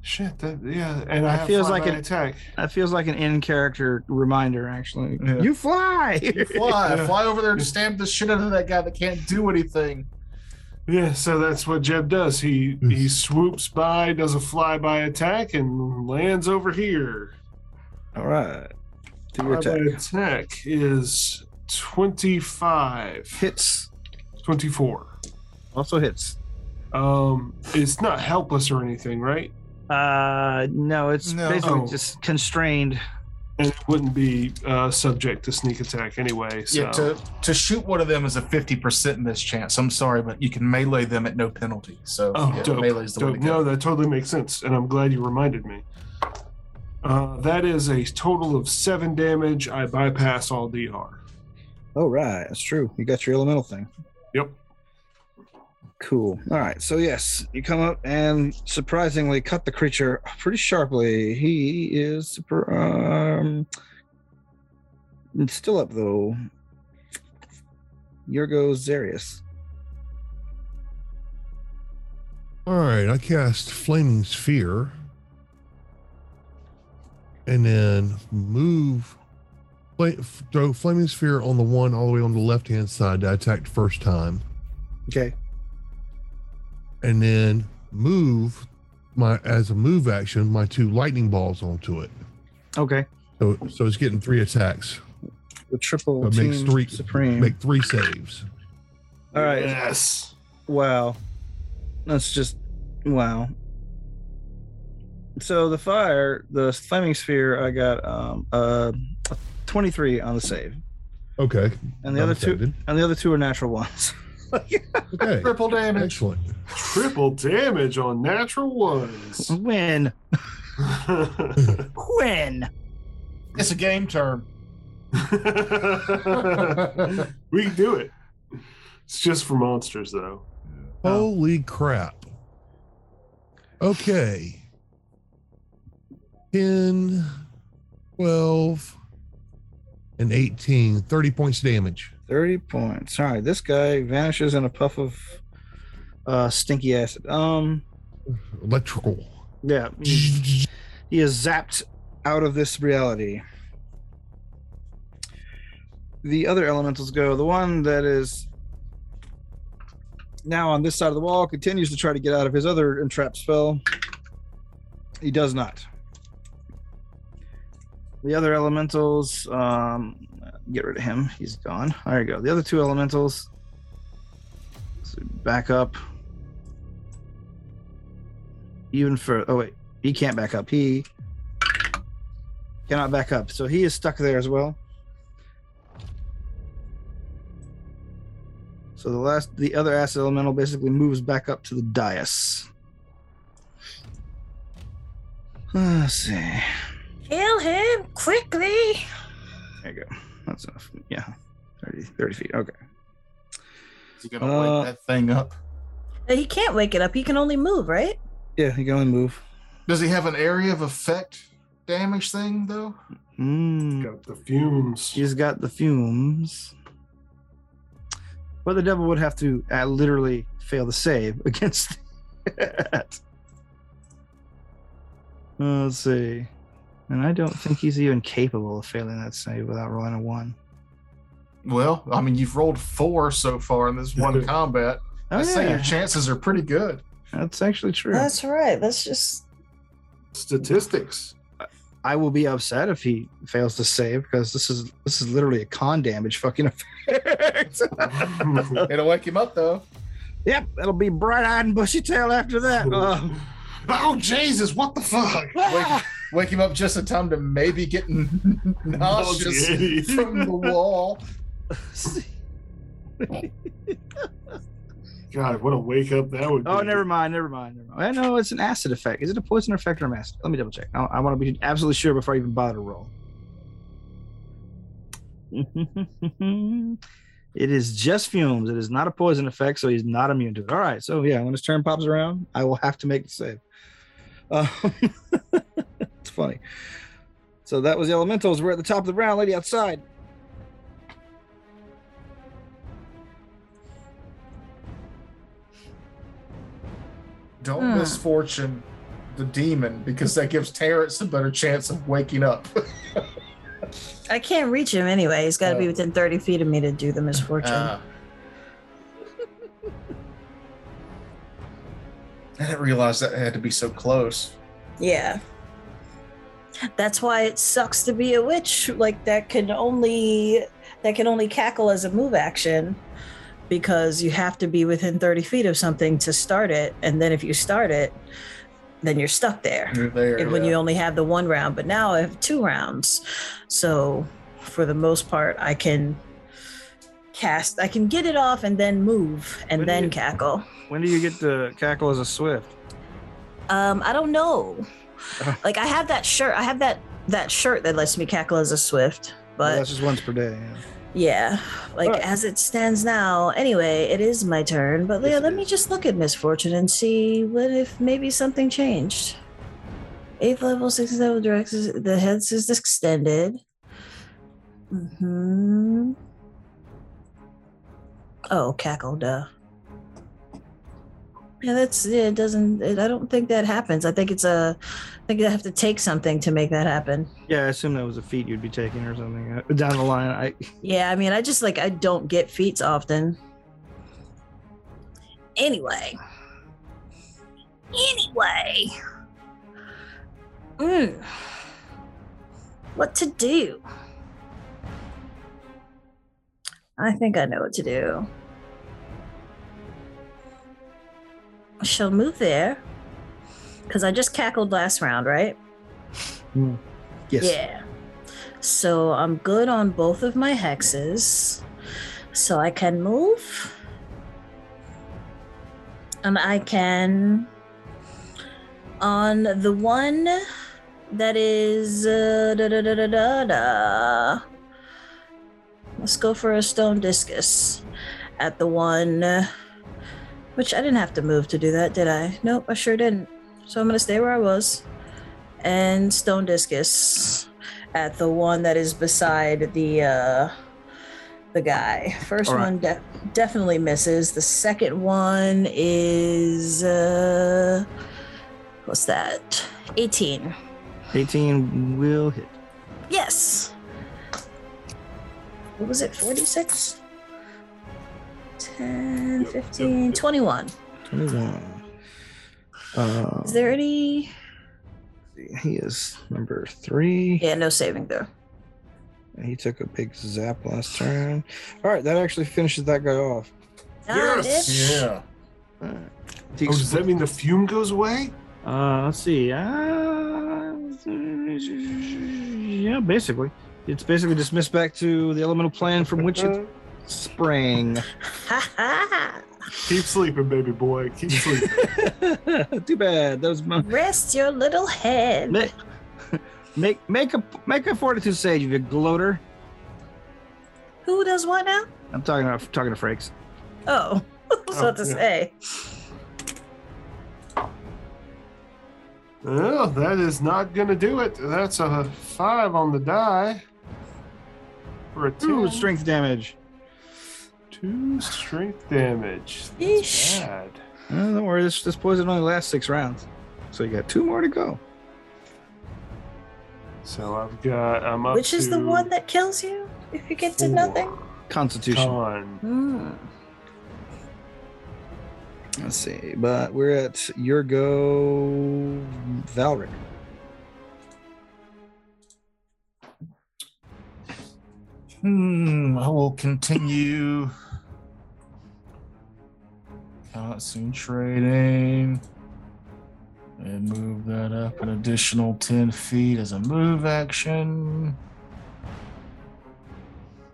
S4: Shit. That, yeah, and I
S1: That
S4: have
S1: feels
S4: fly
S1: like
S4: by
S1: an-
S4: attack.
S1: That feels like an in character reminder, actually.
S2: Yeah.
S1: You fly. *laughs*
S2: You fly.
S4: Yeah.
S2: Fly over there and stab the shit out of that guy that can't do anything.
S4: Yeah, so that's what Jeb does. He he swoops by, does a flyby attack, and lands over here.
S1: All right. Do your attack.
S4: Flyby attack is 25,
S1: Hits.
S4: 24.
S1: Also hits.
S4: Um, it's not helpless or anything, right?
S1: Uh, no, it's
S2: No.
S1: basically
S4: Oh.
S1: just constrained.
S4: And it wouldn't be uh, subject to sneak attack anyway. So
S2: Yeah, to, to shoot one of them is a 50% miss chance. I'm sorry, but you can melee them at no penalty. So
S4: Oh,
S2: yeah,
S4: dope.
S2: melee is the way
S4: Dope.
S2: to go.
S4: No, that totally makes sense, and I'm glad you reminded me. Uh, that is a total of seven damage. I bypass all DR.
S1: Oh, right. That's true. You got your elemental thing.
S4: Yep.
S1: Cool. All right. So, yes, you come up and surprisingly cut the creature pretty sharply. He is super. Um, it's still up, though. Here goes Zarius.
S5: All right, I cast Flaming Sphere and then move, fla- f- throw Flaming Sphere on the one all the way on the left hand side that I attacked first time,
S1: Okay.
S5: and then move my as a move action my two lightning balls onto it.
S1: Okay.
S5: So, so it's getting three attacks.
S1: The triple
S5: But
S1: team
S5: makes three
S1: supreme.
S5: make three saves.
S1: All right.
S4: Yes.
S1: Wow. That's just wow. So the fire, the flaming sphere, I got um uh 23 on the save.
S5: Okay,
S1: And the other two
S5: Unaffected.
S1: and the other two are natural ones. *laughs*
S5: Okay,
S2: Triple damage.
S5: excellent.
S4: Triple damage on natural
S2: *laughs*
S4: ones. *laughs*
S1: Win. Win.
S2: It's a game term.
S4: *laughs* we can do it. It's just for monsters, though.
S5: Holy crap. Okay. 10, 12, and 18. 30 points of damage.
S1: 30 points. All right, this guy vanishes in a puff of uh stinky acid. Um
S5: Electrical.
S1: yeah, Mm. he he is zapped out of this reality. the other elementals go. The one that is now on this side of the wall continues to try to get out of his other entrap spell. He does not. The other elementals, um, get rid of him. He's gone. There you go. The other two elementals so back up even further. Oh, wait. He can't back up. He cannot back up. So he is stuck there as well. So the last, the other acid elemental basically moves back up to the dais. *sighs* Let's see. There
S3: Kill him quickly.
S1: you go. That's enough. Yeah. 30, 30 feet. Okay.
S2: Is he gonna light
S1: Uh,
S2: that thing up?
S3: He can't wake it up. He can only move, right?
S1: Yeah, he can only move.
S2: Does he have an area of effect damage thing though?
S1: Mm.
S4: Got the fumes.
S1: He's got the fumes. But the devil would have to uh, literally fail the save *laughs* against that. Uh, Let's see. And I don't think he's even capable of failing that save without rolling a one.
S2: Well, I mean, you've rolled four so far in this
S4: *laughs*
S2: one combat.
S1: Oh,
S2: I say your
S1: yeah.
S2: chances are pretty good.
S1: That's actually true.
S3: That's right. Let's just.
S4: Statistics. *laughs*
S1: I will be upset if he fails to save because this is this is literally a con damage fucking effect.
S2: It'll wake him up though.
S1: yep, it'll be bright eyed and bushy tail after that. Uh,
S4: oh Jesus! What the fuck?
S1: *laughs*
S2: Wake, wake him up just in time to maybe get n-
S4: Oh,
S2: nauseous
S4: Nauseated.
S2: from the wall.
S4: God, what a wake up that would
S1: Oh,
S4: be.
S1: never mind, never mind, never mind. I know it's an acid effect. Is it a poison effect or an acid? Let me double check. I, I want to be absolutely sure before I even bother to roll. *laughs* it is just fumes. It is not a poison effect, so he's not immune to it. All right, so yeah, when his turn pops around, I will have to make the save. Um, *laughs* it's funny. So that was the elementals. We're at the top of the round. Lady outside.
S2: Don't
S3: Hmm.
S2: misfortune the demon because that gives Terrence a better chance of waking up.
S3: I can't reach him anyway. He's got to be
S2: Oh.
S3: within 30 feet of me to do the misfortune.
S2: Ah. I didn't realize that had to be so close.
S3: Yeah. That's why it sucks to be a witch. Like that can only that can only cackle as a move action because you have to be within 30 feet of something to start it and then if you start it then you're stuck there.
S2: You're there.
S3: If- when
S2: yeah.
S3: you only have the one round, but now I have two rounds. So for the most part I can cast I can get it off and then move and
S1: When do
S3: then
S1: you-
S3: cackle.
S1: When do you get to cackle as a swift?
S3: Um, I don't know. like I have that shirt. I have that that shirt that lets me cackle as a swift.
S1: Well,
S3: But
S1: that's just once per day. yeah.
S3: yeah, like
S1: Alright.
S3: as it stands now. Anyway, it is my turn. But
S1: Yes,
S3: yeah,
S1: it
S3: let me
S1: is.
S3: just look at misfortune and see what if maybe something changed. Eighth level, sixth level directs the heads is extended. Hmm. Oh, cackle, duh. Yeah, that's yeah, it. Doesn't it, I don't think that happens. I think it's a. I think I have to take something to make that happen.
S1: Yeah, I assume that was a feat you'd be taking or something uh, down the line. I
S3: Yeah, I mean, I just like I don't get feats often. Anyway. Anyway. Mm. What to do? I think I know what to do. She'll move there. Because I just cackled last round, right?
S1: yes.
S3: Yeah. So I'm good on both of my hexes. So I can move. And I can. On the one that is. Uh, da, da, da, da, da, da. Let's go for a stone discus. At the one. uh, Which I didn't have to move to do that, did I? Nope, I sure didn't. So I'm going to stay where I was and stone discus at the one that is beside the uh the guy first
S1: All right.
S3: one de- definitely misses the second one is uh what's that 18
S1: 18 will hit.
S3: yes what was it 46 10
S4: Yep, yep,
S3: 15
S4: yep.
S3: 21
S1: 21. Uh,
S3: is there any
S1: He is number three.
S3: yeah no saving throw
S1: He took a big zap last turn. All right, that actually finishes that guy off.
S3: Ah,
S4: Yes!
S3: bitch.
S2: Yeah.
S1: All right.
S4: Oh, does that mean the fume goes away?
S1: Uh, let's see. Uh, yeah, basically. It's basically dismissed back to the elemental plane from which it sprang.
S3: ha ha
S4: *laughs* Keep sleeping, baby boy.
S1: *laughs*
S4: Keep sleeping.
S1: *laughs* Too bad. That was my
S3: *laughs* rest your little head
S1: make, make make a make a fortitude save, you gloater.
S3: Who does what now?
S1: I'm talking about talking to Frakes.
S3: Oh, *laughs* I was
S4: Oh,
S3: about to
S4: yeah.
S3: say.
S4: oh, that is not going to do it. That's a five on the die. For a two,
S1: Two strength damage.
S4: two strength damage. That's
S3: Yeesh.
S4: bad.
S1: Uh, don't worry, this this poison only lasts six rounds, so you got two more to go.
S4: So I've got, I'm up
S3: Which is the
S4: to
S3: one that kills you if you get to
S4: four.
S3: nothing?
S1: Constitution.
S4: Con.
S3: Hmm.
S1: Let's see, but we're at your go, Valric.
S2: Hmm, I will continue. Not soon trading. And move that up an additional 10 feet as a move action.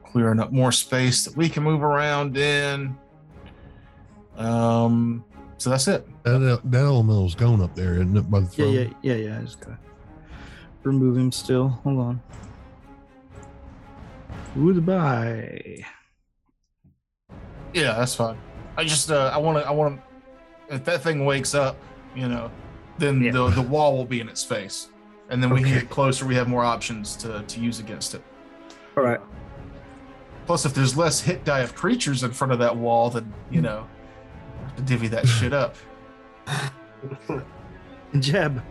S2: Clearing up more space that we can move around in. Um, so that's it.
S5: That, el- that elemental's gone up there, isn't it? By the
S1: Yeah,
S5: throne?
S1: yeah, yeah, yeah. I just gotta remove him still. Hold on. Goodbye.
S2: Yeah, that's fine. I just uh, I want to I want to if that thing wakes up, you know, then
S1: Yeah.
S2: the the wall will be in its face, and then we can
S1: Okay.
S2: get closer. We have more options to to use against it.
S1: All right.
S2: Plus, if there's less hit die of creatures in front of that wall, then you know, we have to divvy *laughs* that shit up.
S1: Jeb.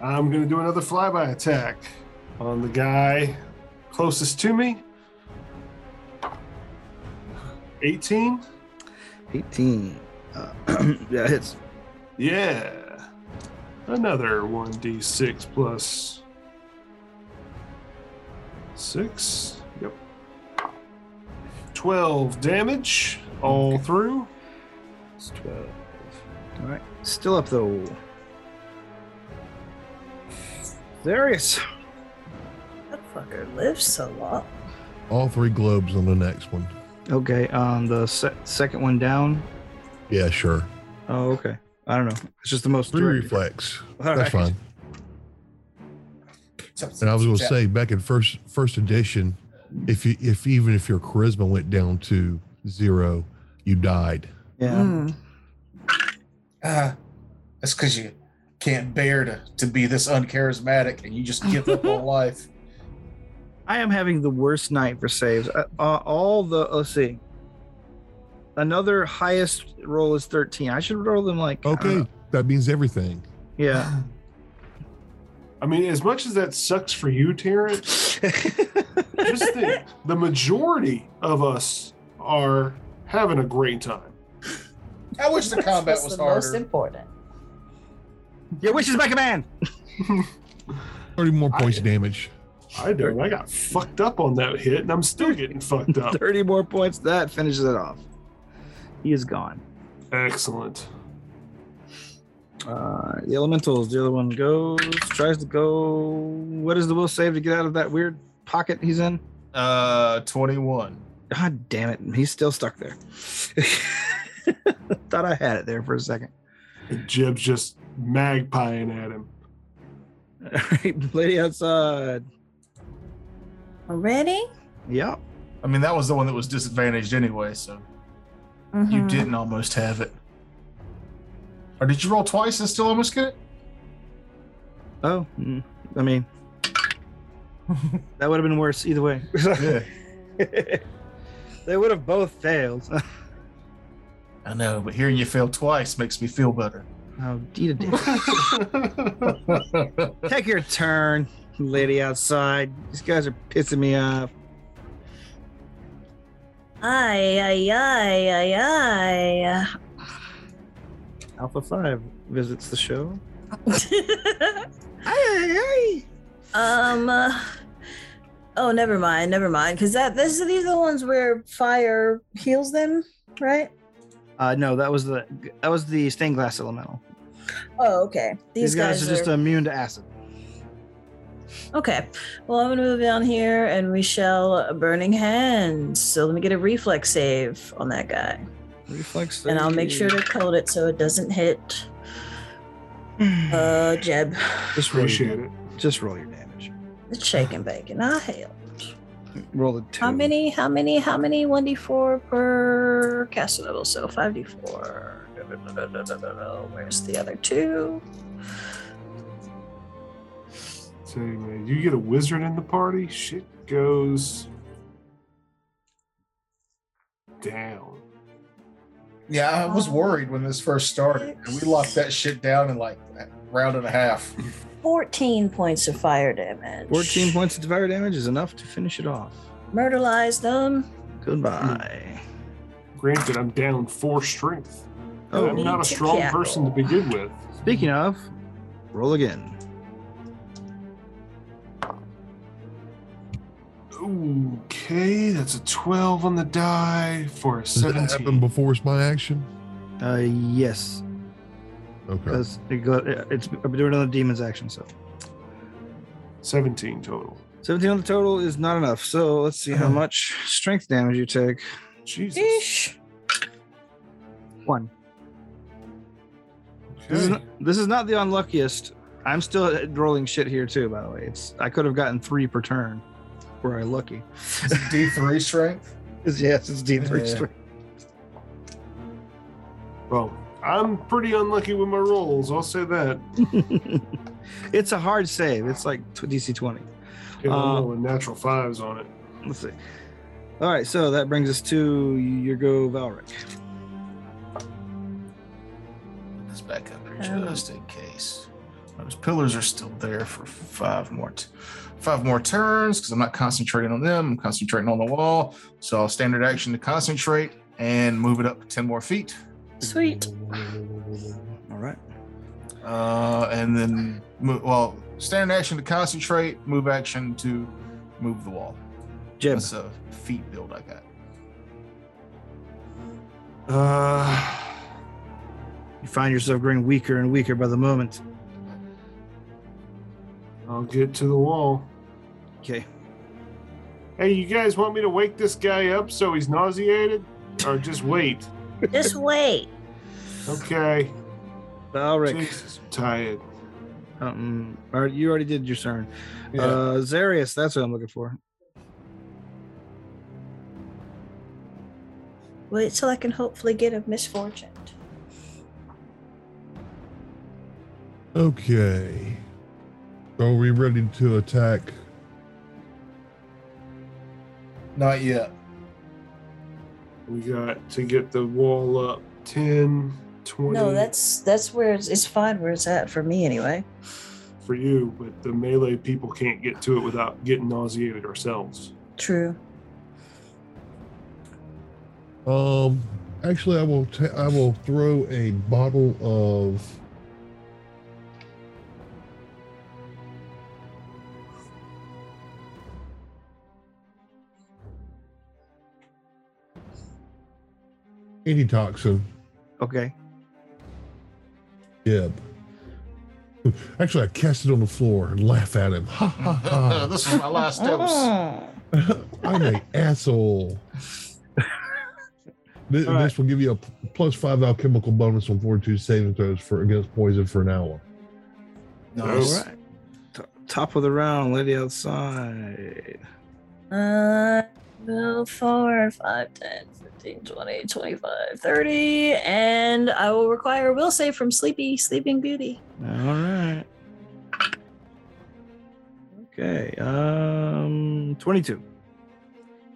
S4: I'm going to do another flyby attack on the guy closest to me. 18.
S1: 18. Uh, *clears throat* yeah, hits.
S4: Yeah. Another 1d6 plus 6. Yep. 12 damage all through.
S1: It's 12. All right. Still up, though. Darius.
S3: That fucker lives so long.
S5: All three globes on the next one.
S1: Okay, on the se- second one down.
S5: Yeah, sure.
S1: Oh, okay. I don't know. It's just the most
S5: Three
S1: direct.
S5: reflex.
S1: All
S5: That's
S1: right.
S5: fine. And I was going to say, back in first first edition, if you if even if your charisma went down to zero, you died.
S1: Yeah.
S3: Mm.
S2: Ah, that's because you can't bear to to be this uncharismatic, and you just give up *laughs* on life.
S1: I am having the worst night for saves. Uh, uh, all the let's see. Another highest roll is thirteen. I should roll them like I don't
S5: Okay,
S1: know.
S5: that means everything.
S1: Yeah.
S4: I mean, as much as that sucks for you, Terrence, just think the majority of us are having a great time.
S2: I wish the
S3: That's
S2: combat
S3: what's
S2: was
S3: the Most
S2: harder.
S3: important.
S1: Your wish is my command.
S5: Thirty more
S4: I-
S5: points of damage.
S4: I don't. I got fucked up on that hit, and I'm still getting
S1: *laughs*
S4: fucked up.
S1: Thirty more points. That finishes it off. He is gone.
S4: Excellent.
S1: Uh, the elementals. The other one goes. Tries to go. What is the will save to get out of that weird pocket he's in?
S2: Uh, twenty-one.
S1: God damn it! He's still stuck there. *laughs* Thought I had it there for a *laughs* second.
S4: And Jib's just magpieing at him.
S1: All right, lady outside.
S3: Already?
S1: Yep.
S2: I mean, that was the one that was disadvantaged anyway, so you
S3: Mhm.
S2: didn't almost have it. Or did you roll twice and still almost get it?
S1: Oh, mm, I *laughs* mean, that would have been worse either way. *laughs*
S2: Yeah,
S1: they would have both failed. *laughs*
S2: I know, but hearing you fail twice makes me feel better.
S1: oh, Dita did. Take your turn, lady outside. These guys are pissing me off.
S3: Ay, ay, ay, ay, ay.
S1: Alpha 5 visits the show.
S3: um. uh, oh, never mind. Never mind. Because that this these are the ones where fire heals them, right?
S1: Uh, no, that was the that was the stained glass elemental.
S3: Oh, okay. These, guys,
S1: are, just immune to acid.
S3: okay. Well, I'm gonna move down here, and we shall burning hands. So let me get a reflex save on that guy,
S1: Reflex.
S3: and I'll make sure
S1: save.
S3: to code it so it doesn't hit uh Jeb.
S1: just roll, your,
S4: Appreciate it.
S1: just roll your damage.
S3: It's shaking bacon. I hell.
S1: Roll the two.
S3: How many? How many? How many? One d four per caster level. So five d four. Where's the other two?
S4: So anyway, you get a wizard in the party, shit goes down.
S2: Yeah, I was worried when this first started. and We locked that shit down in like a round and a half. *laughs*
S3: Fourteen points of fire damage.
S1: 14 points of fire damage is enough to finish it off.
S3: Myrtleize them.
S1: Goodbye.
S4: Granted, I'm down four strength.
S3: Hmm.
S4: and
S1: Oh,
S4: I'm not a
S3: Two
S4: strong
S3: capital.
S4: person to begin with.
S1: Speaking of, roll again.
S4: Okay, that's a 12 on the die for a
S5: Does that happen
S4: 17.
S5: before it's my action?
S1: Uh, yes.
S5: Okay.
S1: Uh, because it go, it's I've been doing another demons action. So
S4: 17 total.
S1: 17 on the total is not enough. So let's see how much strength damage you take.
S4: Jesus.
S3: Eesh.
S1: One. This is
S4: Okay.
S1: not, this is not the unluckiest. I'm still rolling shit here too. By the way, it's I could have gotten three per turn. Were I lucky?
S2: D three strength.
S1: Yes, it's D three
S2: Yeah.
S1: strength.
S4: Well, I'm pretty unlucky with my rolls. I'll say that.
S1: *laughs* it's a hard save. It's like tw- DC twenty.
S4: Yeah, I'm
S1: Um,
S4: rolling natural fives on it.
S1: Let's see. All right, so that brings us to your go, Valric.
S2: Let's back up here just in case. Those pillars are still there for five more, t- five more turns because I'm not concentrating on them. I'm concentrating on the wall. So I'll standard action to concentrate and move it up ten more feet.
S3: Sweet.
S1: All right.
S2: Uh, and then move, well, standard action to concentrate, move action to move the wall.
S1: Jeb.
S2: That's a feet build I got.
S4: Uh,
S1: You find yourself growing weaker and weaker by the moment.
S4: I'll get to the wall.
S1: Okay.
S4: Hey, you guys want me to wake this guy up so he's nauseated? Or just wait?
S3: Just wait.
S4: Okay.
S1: Valric.
S4: Jesus, I'm tired.
S1: Um, all right, you already did your turn.
S4: Yeah.
S1: Uh, Zarius, that's what I'm looking for.
S3: Wait till I can hopefully get a misfortune.
S5: Okay. Are we ready to attack?
S2: Not yet.
S4: we got to get the wall up 10, 20
S3: No, that's that's where it's, it's fine where it's at for me anyway.
S4: for you, but the melee people can't get to it without getting nauseated ourselves.
S3: True.
S5: Um, actually, I will. Ta- I will throw a bottle of. Antitoxin,
S1: Okay.
S5: Deb. Actually, I cast it on the floor and laugh at him. Ha ha
S2: *laughs*
S4: *laughs*
S5: ha!
S2: this is my
S3: *laughs*
S2: last steps.
S3: Mm.
S5: I'm an asshole. Th- This,
S1: All right.
S5: will give you a p- plus five alchemical bonus on fortitude saving throws for against poison for an hour.
S2: Nice.
S1: All right. T- top of the round, lady outside.
S3: Uh, well, 4, 5, 10, 15, 20, 25, 30. And I will require a will save from Sleepy, Sleeping Beauty.
S1: All right. Okay. Um, 22.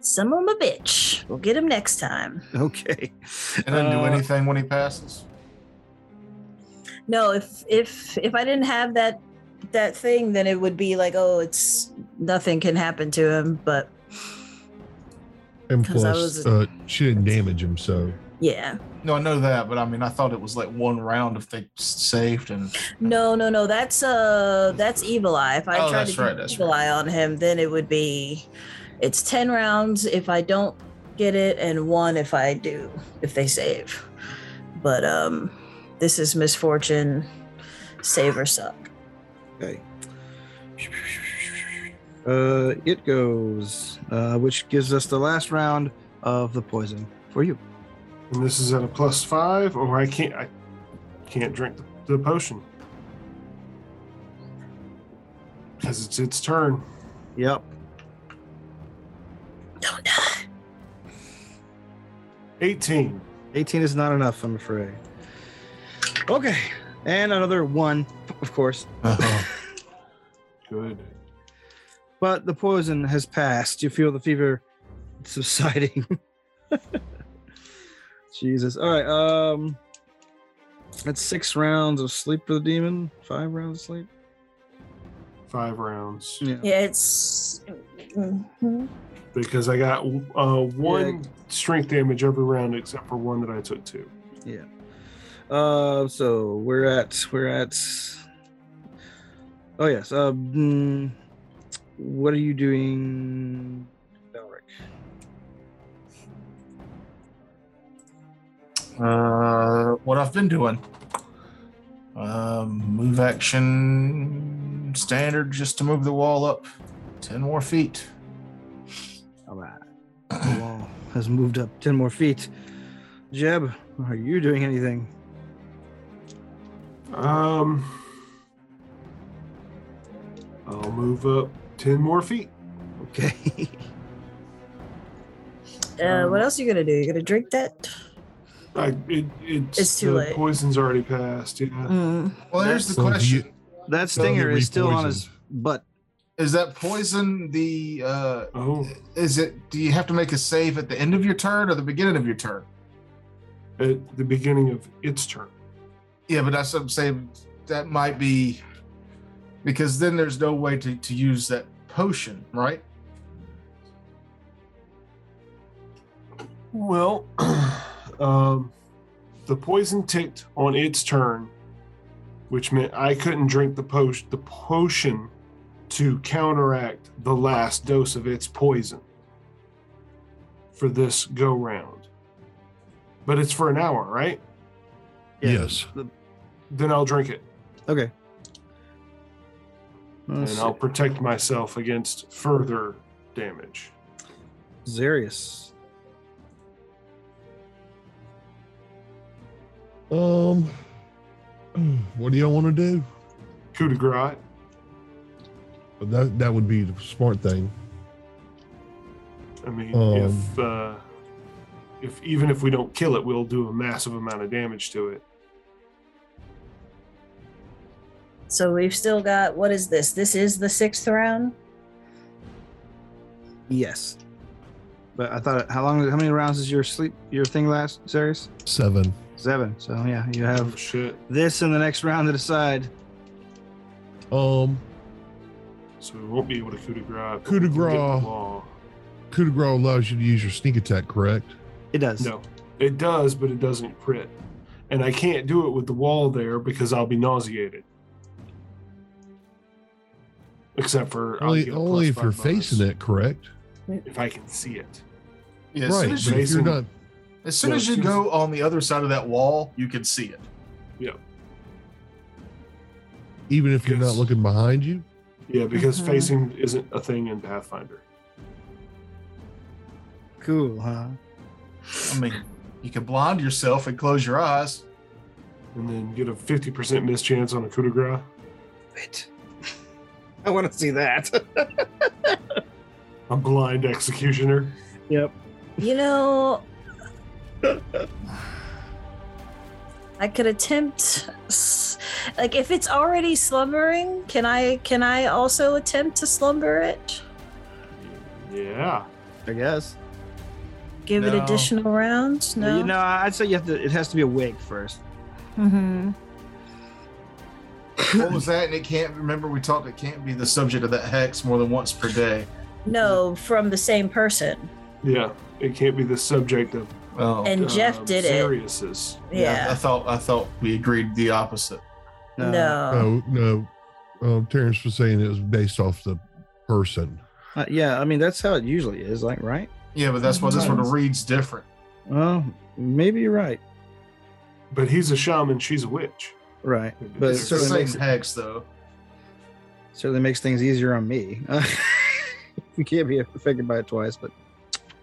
S3: Some of 'em a bitch. We'll get him next time.
S1: *laughs* Okay.
S2: It doesn't do
S1: Uh,
S2: anything when he passes.
S3: No, if if if I didn't have that that thing, then it would be like, oh, it's nothing can happen to him. But
S5: And
S3: 'Cause I
S5: plus,
S3: was-
S5: uh, she didn't damage him, so
S3: yeah,
S2: No, I know that, but I mean, I thought it was like one round if they s- saved and
S3: no, no, no. That's uh, that's evil eye. If I
S2: Oh,
S3: tried
S2: that's
S3: to
S2: right,
S3: keep
S2: that's
S3: evil
S2: right.
S3: eye on him, then it would be, it's ten rounds if I don't get it, and one if I do, if they save. But um, this is misfortune, save or suck.
S1: Okay. Uh, it goes, uh, which gives us the last round of the poison for you.
S4: And this is at a plus five, or I can't I can't drink the, the potion. Because it's its turn.
S1: Yep.
S3: Don't die.
S4: 18.
S1: 18 is not enough, I'm afraid. Okay. And another one, of course.
S4: Good.
S1: But the poison has passed. You feel the fever subsiding. *laughs* Jesus. All right. Um, that's six rounds of sleep for the demon. Five rounds of sleep.
S4: Five rounds.
S3: Yeah, it's. mhm.
S4: Because I got uh, one strength damage every round except for one that I took two.
S1: Uh, so we're at we're at. Oh yes. Uh, mm, what are you doing, Valric?
S2: uh, what I've been doing. Um, move action standard just to move the wall up 10 more feet.
S1: All right. The wall has moved up 10 more feet. Jeb, are you doing anything?
S4: Um, I'll move up ten more feet.
S1: Okay. *laughs*
S3: Uh,
S4: Um,
S3: what else are you gonna do? You gonna drink that?
S4: I, it, it's,
S3: It's too
S4: the
S3: late.
S4: Poison's already passed. Yeah.
S2: hmm.
S3: Mm.
S2: Well, here's the
S5: So do
S2: question
S5: you-
S1: that
S5: so you
S1: stinger is still on
S5: re-poisoned.
S1: his butt.
S2: Is that poison the. Uh,
S4: Oh,
S2: is it. Do you have to make a save at the end of your turn or the beginning of your turn?
S4: at the beginning of its turn.
S2: Yeah, but that's what I'm saying. That might be. Because then there's no way to, to use that potion, right?
S4: Well, *clears throat* um, the poison ticked on its turn, which meant I couldn't drink the potion. The potion to counteract the last dose of its poison for this go round. But it's for an hour, right?
S5: Yes.
S1: the-
S4: Then I'll drink it.
S1: okay.
S4: and
S1: Let's
S4: I'll protect myself against further damage.
S1: see. Zarius.
S5: Um, *clears throat* what do y'all want to do?
S4: Coup de grace.
S5: That that would be the smart thing.
S4: I mean,
S5: Um.
S4: if uh, if even if we don't kill it, we'll do a massive amount of damage to it.
S3: So we've still got what is this? This is the sixth round.
S1: Yes. But I thought, how long? How many rounds does your sleep, your thing last, Zarius?
S5: Seven.
S1: Seven. So yeah, you
S4: Oh
S1: have
S4: shit!
S1: this and the next round to decide.
S5: Um,
S4: So we won't be able to coup de grace. but
S5: Coup de
S4: we can get the
S5: grace.
S4: law.
S5: coup de grace allows you to use your sneak attack, correct?
S1: It does.
S4: No, it does, but it doesn't crit, and I can't do it with the wall there because I'll be nauseated. Except for I'll
S5: only
S4: get a plus
S5: only if
S4: five
S5: you're
S4: bonus
S5: facing it, correct?
S4: If I can see it,
S2: Yeah, as
S5: right.
S2: soon as you
S5: But if you're
S4: Facing-
S5: not,
S2: As soon
S4: Yeah,
S2: as you
S4: she's-
S2: go on the other side of that wall, you can see it.
S5: even if you're not
S4: Yes.
S5: looking behind you.
S4: yeah, because
S3: Mhm.
S4: facing isn't a thing in Pathfinder.
S1: Cool, huh?
S2: I mean, you can blind yourself and close your eyes.
S4: and then get a 50% miss chance on a coup de grace.
S1: It. *laughs* I want to see that.
S4: *laughs* A blind executioner.
S3: You know, I could attempt. s- Like if it's already slumbering, can I can I also attempt to slumber it?
S4: Yeah.
S1: I guess.
S3: Give it
S2: No.
S3: additional rounds? No.
S1: You know, I'd say you have to. It has to be awake first.
S3: hmm
S2: What was that? And it can't remember we talked it can't be the subject of that hex more than once per day.
S3: No, from the same person.
S4: Yeah. It can't be the subject of
S2: Oh.
S3: And Jeff
S4: um,
S3: did it.
S4: Sirius's.
S2: I, I
S3: Yeah.
S2: thought I thought we agreed the opposite.
S1: No.
S3: No.
S5: no, no. Um, Terrence was saying it was based off the person.
S1: Uh, yeah, I mean that's how it usually is, like right?
S2: Yeah, but that's why this one reads different.
S1: Well, maybe you're right.
S4: But he's a shaman, she's a witch.
S1: Right,
S4: It's
S1: but it
S2: It's the
S1: certainly
S2: same
S1: makes,
S2: hex though.
S1: certainly makes things easier on me. *laughs* you can't be affected by it twice, but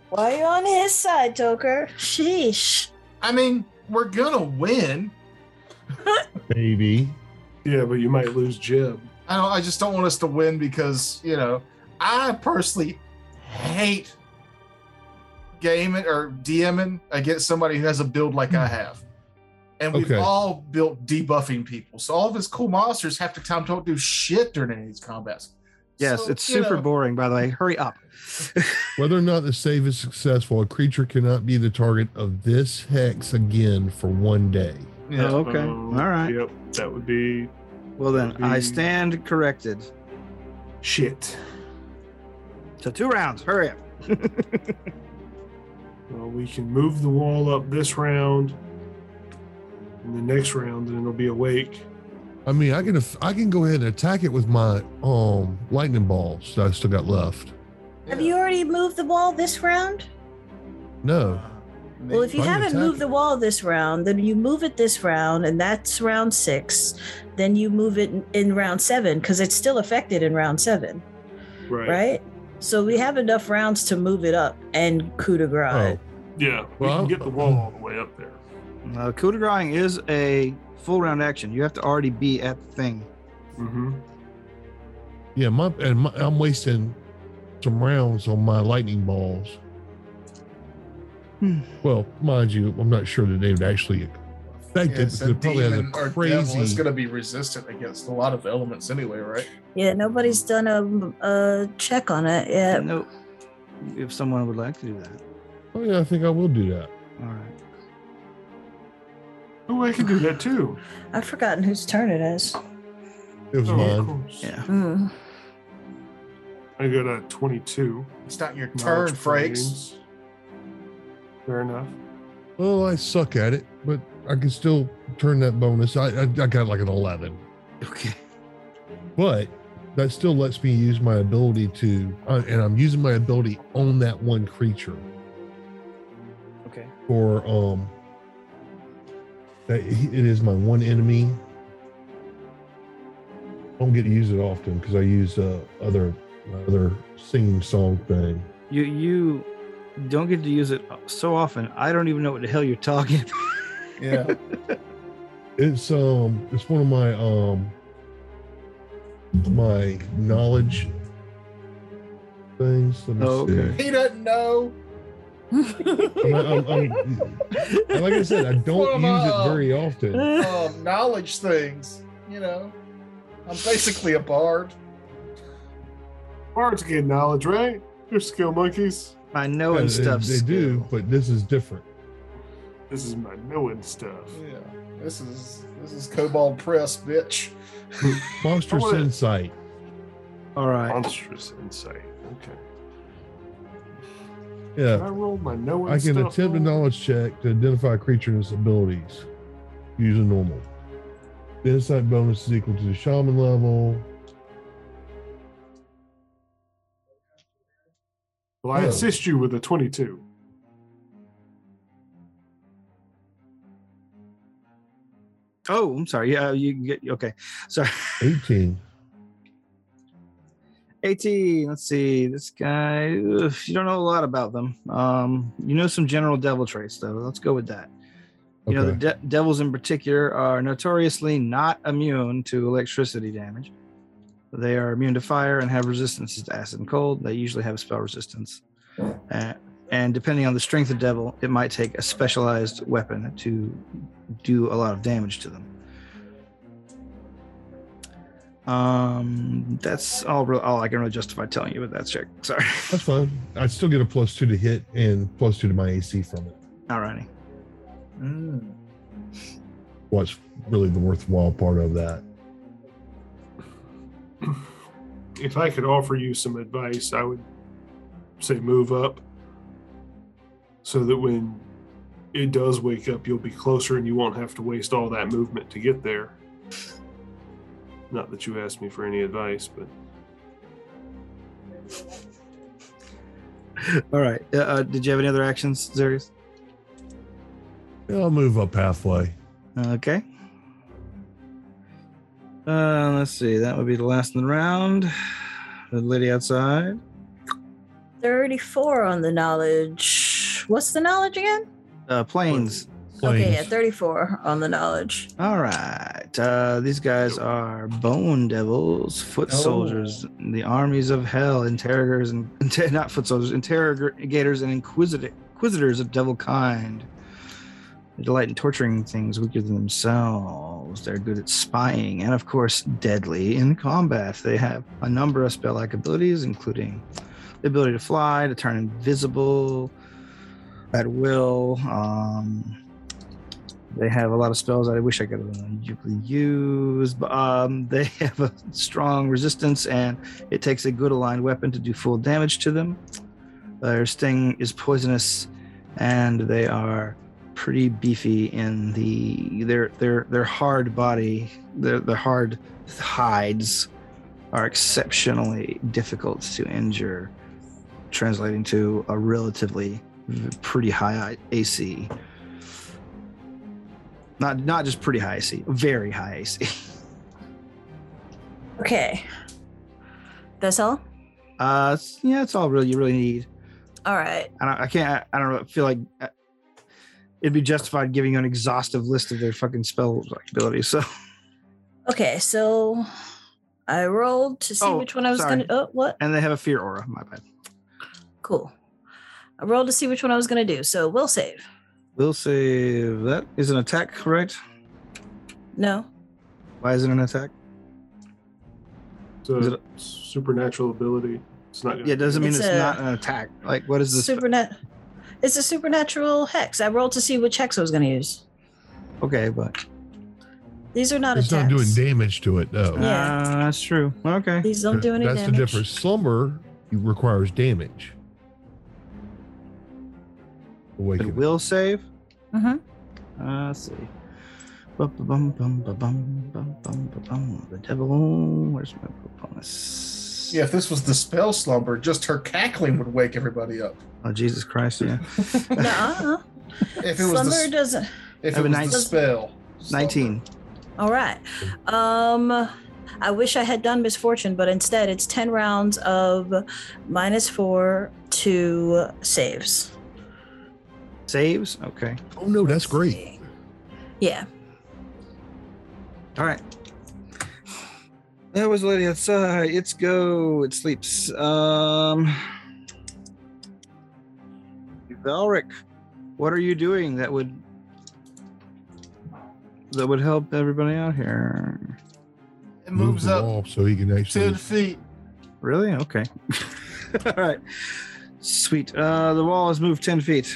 S3: Why are you on his side, Toker? Sheesh.
S2: I mean, we're gonna win.
S5: Maybe.
S4: Yeah, but you might lose Jeb.
S2: I don't I just don't want us to win because, you know, I personally hate gaming or DMing against somebody who has a build like I have. And we've
S5: Hmm. Okay.
S2: all built debuffing people. So all of his cool monsters half the time don't do shit during any of these combats.
S1: yes,
S2: So,
S1: it's
S2: you
S1: super
S2: know,
S1: boring. By the way, hurry
S5: *laughs*
S1: up.
S5: Whether or not the save is successful, a creature cannot be the target of this hex again for one day.
S2: yeah.
S1: Oh, okay,
S4: Um,
S1: all right.
S4: Yep. That would be
S1: Well then, I
S4: Mm.
S1: stand corrected.
S4: shit.
S1: So two rounds. Hurry up.
S5: *laughs*
S4: Well, we can move the wall up this round and the next round, and it'll be awake.
S5: I mean, I can I can go ahead and attack it with my um lightning balls that I still got left. Oh.
S3: Have you already moved the ball this round?
S5: No,
S3: Well, if you
S5: Why are you
S3: haven't moved
S5: attacking?
S3: the wall this round, then you move it this round, and that's round six. Then you move it in- in round seven because it's still affected in round seven,
S4: Right.
S3: right? So we have enough rounds to move it up and coup de grace.
S5: Oh,
S4: Yeah. We
S5: Well,
S4: can get the wall all the way up there.
S1: Uh, coup de grace is a full round action. You have to already be at the thing.
S4: Mm-hmm.
S5: yeah. My and my, I'm wasting some rounds on my lightning balls.
S1: Hmm.
S5: Well, mind you, I'm not sure that they would actually affect it
S2: Yes,
S5: because it probably has a crazy.
S2: is going to be resistant against a lot of elements anyway, right?
S3: Yeah, nobody's done a, a check on it yet.
S1: Nope. If someone would like to do that.
S5: oh yeah, I think I will do that.
S1: All right. *laughs*
S4: Oh, I can do that too.
S3: I've forgotten whose turn it is.
S5: It was
S4: Oh, of
S5: mine.
S4: course.
S1: Yeah.
S3: Hmm.
S4: I got a 22.
S2: It's not your turn,
S4: Knowledge
S2: Frakes.
S4: planes. Fair enough.
S5: Well, I suck at it, but I can still turn that bonus. I I, I got like an 11.
S1: Okay.
S5: but that still lets me use my ability to uh, and i'm using my ability on that one creature
S1: Okay.
S5: for um that it is my one enemy i don't get to use it often because i use uh other my other singing song thing
S1: You you don't get to use it so often. I don't even know what the hell you're talking. *laughs* about.
S2: Yeah.
S5: *laughs* it's um it's one of my um my knowledge things let me
S1: Oh,
S5: see
S1: okay.
S2: he doesn't know.
S5: I'm not- I'm- I'm- like
S1: *laughs*
S5: I said, I
S2: What am
S5: don't use
S2: I?
S1: uh,
S5: it very
S3: *laughs*
S5: often.
S2: Um, knowledge things, you know. I'm basically a bard.
S4: Bards get knowledge, right? They're skill monkeys.
S1: My knowing
S5: They-
S1: stuff.
S5: they do,
S1: skill.
S5: but this is different.
S4: This is my knowing stuff.
S2: Yeah. This is this is Cobalt Press, bitch.
S5: Monstrous
S4: wanna-
S5: insight.
S1: All right.
S4: Monstrous insight. Okay. Can
S5: Yeah,
S4: I roll my knowing
S5: I can
S4: stuff
S5: attempt a
S4: roll?
S5: knowledge check to identify a creature and its abilities using normal. The insight bonus is equal to the shaman level.
S4: Well, I
S5: Yeah.
S4: assist you with a 22.
S1: Oh, I'm sorry. Yeah, you can get okay. Sorry.
S5: 18.
S1: 18. Let's see. This guy. ugh, you don't know a lot about them. Um, you know some general devil traits though. Let's go with that. You know the
S5: Okay.
S1: de- devils in particular are notoriously not immune to electricity damage. They are immune to fire and have resistances to acid and cold. They usually have spell resistance. Uh, and depending on the strength of devil, it might take a specialized weapon to do a lot of damage to them. Um, that's all. Real, all I can really justify telling you with that check. *laughs* Sorry.
S5: That's fine. I still get a plus two to hit and plus two to my AC from it.
S1: Alrighty.
S5: What's really the worthwhile part of that?
S4: If I could offer you some advice, I would say move up so that when it does wake up, you'll be closer and you won't have to waste all that movement to get there. Not that you asked me for any advice, but
S1: All right. Uh, uh, did you have any other actions, Zarius?
S5: Yeah, I'll move up halfway.
S1: Okay. Uh, let's see. That would be the last in the round. The lady outside.
S3: 34 on the knowledge. What's the knowledge again?
S1: Uh, planes.
S3: Okay, yeah,
S5: Planes.
S3: 34 on the knowledge.
S1: All right. Uh, these guys are bone devils, foot
S2: Oh.
S1: soldiers, the armies of hell, interrogators and *laughs* not foot soldiers, interrogators and inquisitor, inquisitors of devil kind. They delight in torturing things weaker than themselves. They're good at spying and, of course, deadly in combat. They have a number of spell-like abilities, including the ability to fly, to turn invisible at will. Um, they have a lot of spells that I wish I could uh, use, but um, *laughs* they have a strong resistance, and it takes a good aligned weapon to do full damage to them. Their sting is poisonous, and they are pretty beefy in the their their their hard body, their their hard hides are exceptionally difficult to injure, translating to a relatively pretty high AC. Not not just pretty high AC, very high AC.
S3: Okay. That's all?
S1: *laughs* Uh, it's- yeah, that's all really you really need.
S3: All right.
S1: I don't, I can't. I, I don't know. Feel like uh, it'd be justified giving you an exhaustive list of their fucking spell abilities. So *laughs*
S3: Okay, so I rolled to see
S1: Oh,
S3: which one I was
S1: sorry.
S3: going to. Oh, what?
S1: and they have a fear aura. My bad.
S3: Cool. I rolled to see which one I was going to do. So we'll save.
S1: We'll save that is an attack, correct?
S3: No.
S1: Why is it an attack?
S4: It's a
S1: Is it
S4: supernatural ability. It's not.
S1: Yeah, it doesn't mean
S3: It's
S1: it's,
S3: a-
S1: not an attack. Like what is this?
S3: Supernat. It's a supernatural hex. I rolled to see which hex I was going to use.
S1: okay, but
S3: These are not
S5: It's not
S3: attacks.
S5: doing damage to it, though.
S3: Yeah.
S1: Uh, that's true. Okay.
S3: These don't do any
S5: That's
S3: damage.
S5: the difference. Slumber requires damage.
S1: It
S5: Awakening.
S1: will save.
S3: hmm
S1: Uh, let's see. Bum-ba-bum, bum-ba-bum, bum-bum-ba-bum. The devil. Where's my bonus?
S2: Yeah, if this was the spell slumber, just her cackling would wake everybody up.
S1: Oh Jesus Christ! Yeah.
S3: *laughs* Nuh-uh.
S2: If it was
S3: Slumber
S2: the, s-
S3: doesn't.
S2: if
S1: I
S2: it
S1: have a
S2: was the
S1: 19.
S2: spell. slumber.
S1: Nineteen.
S3: All right. Um, I wish I had done misfortune, but instead it's ten rounds of minus four to saves.
S1: Saves. Okay.
S5: Oh no, that's great.
S3: See. Yeah.
S1: All right. That was the lady outside. It's go. It sleeps. Um. Valric, what are you doing that would that would help everybody out here?
S2: It moves
S5: the
S2: up
S5: wall so he can actually.
S2: ten feet.
S1: Really? Okay. *laughs* All right. Sweet. Uh, the wall has moved ten feet.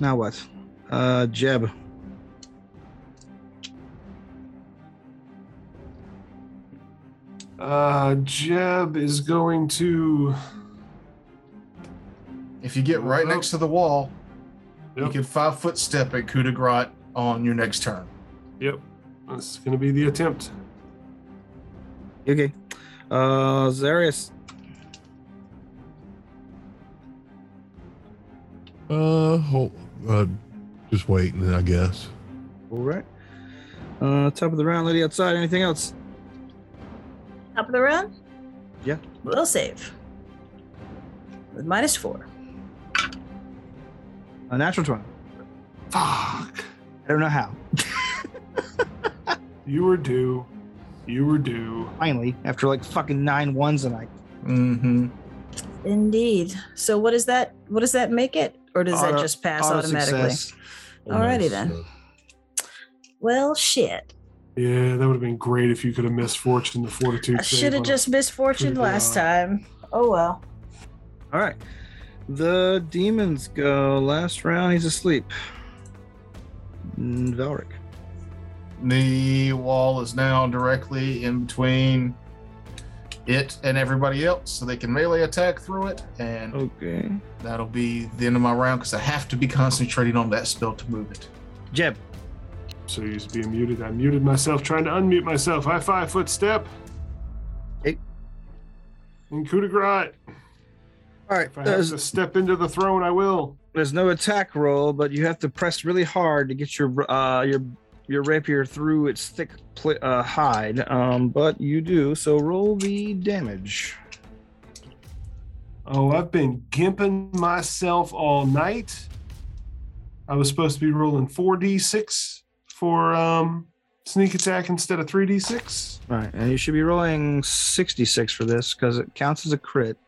S1: Now what? Uh, Jeb.
S4: Uh, Jeb is going to.
S2: If you get right
S4: Nope.
S2: next to the wall, you
S4: Yep.
S2: can five foot step and coup de grace on your next turn.
S4: Yep. That's going to be the attempt.
S1: Okay. Uh, Zarius.
S5: Uh, hold, uh, just waiting, I guess.
S1: All right. Uh, top of the round, lady outside. Anything else?
S3: Top of the round?
S1: Yeah.
S3: We'll save. With minus four.
S1: A natural twenty.
S4: Fuck.
S1: I don't know how.
S4: You were due. You were due.
S1: Finally, after like fucking nine ones and I
S2: Mm-hmm.
S3: Indeed. So what is that? What does that make it? Or does
S1: Auto-
S3: that just pass
S1: auto
S3: automatically?
S1: success.
S3: Alrighty
S5: Almost,
S3: then.
S5: uh,
S3: Well, shit.
S4: Yeah, that would have been great if you could have missed Fortune the Fortitude.
S3: I
S4: save
S3: should have
S4: on it.
S3: just missed fortune
S4: Pretty
S3: last
S4: good.
S3: time. Oh well.
S1: All right. The demons go last round. He's asleep. Mm, Valric.
S2: The wall is now directly in between it and everybody else, so they can melee attack through it, and
S1: Okay.
S2: that'll be the end of my round because I have to be concentrating on that spell to move it.
S1: Jeb.
S4: So you used to being muted. I muted myself, trying to unmute myself. High five, footstep.
S1: Hey.
S4: And coup de grace.
S1: All right. Uh,
S4: If I have
S1: There's,
S4: to step into the throne, I will.
S1: there's no attack roll, but you have to press really hard to get your uh, your your rapier through its thick pl- uh, hide. Um, but you do. So roll the damage.
S4: Oh, I've been gimping myself all night. I was supposed to be rolling 4d6 for um, sneak attack instead of 3d6.
S1: All right, and you should be rolling 66 for this because it counts as a crit.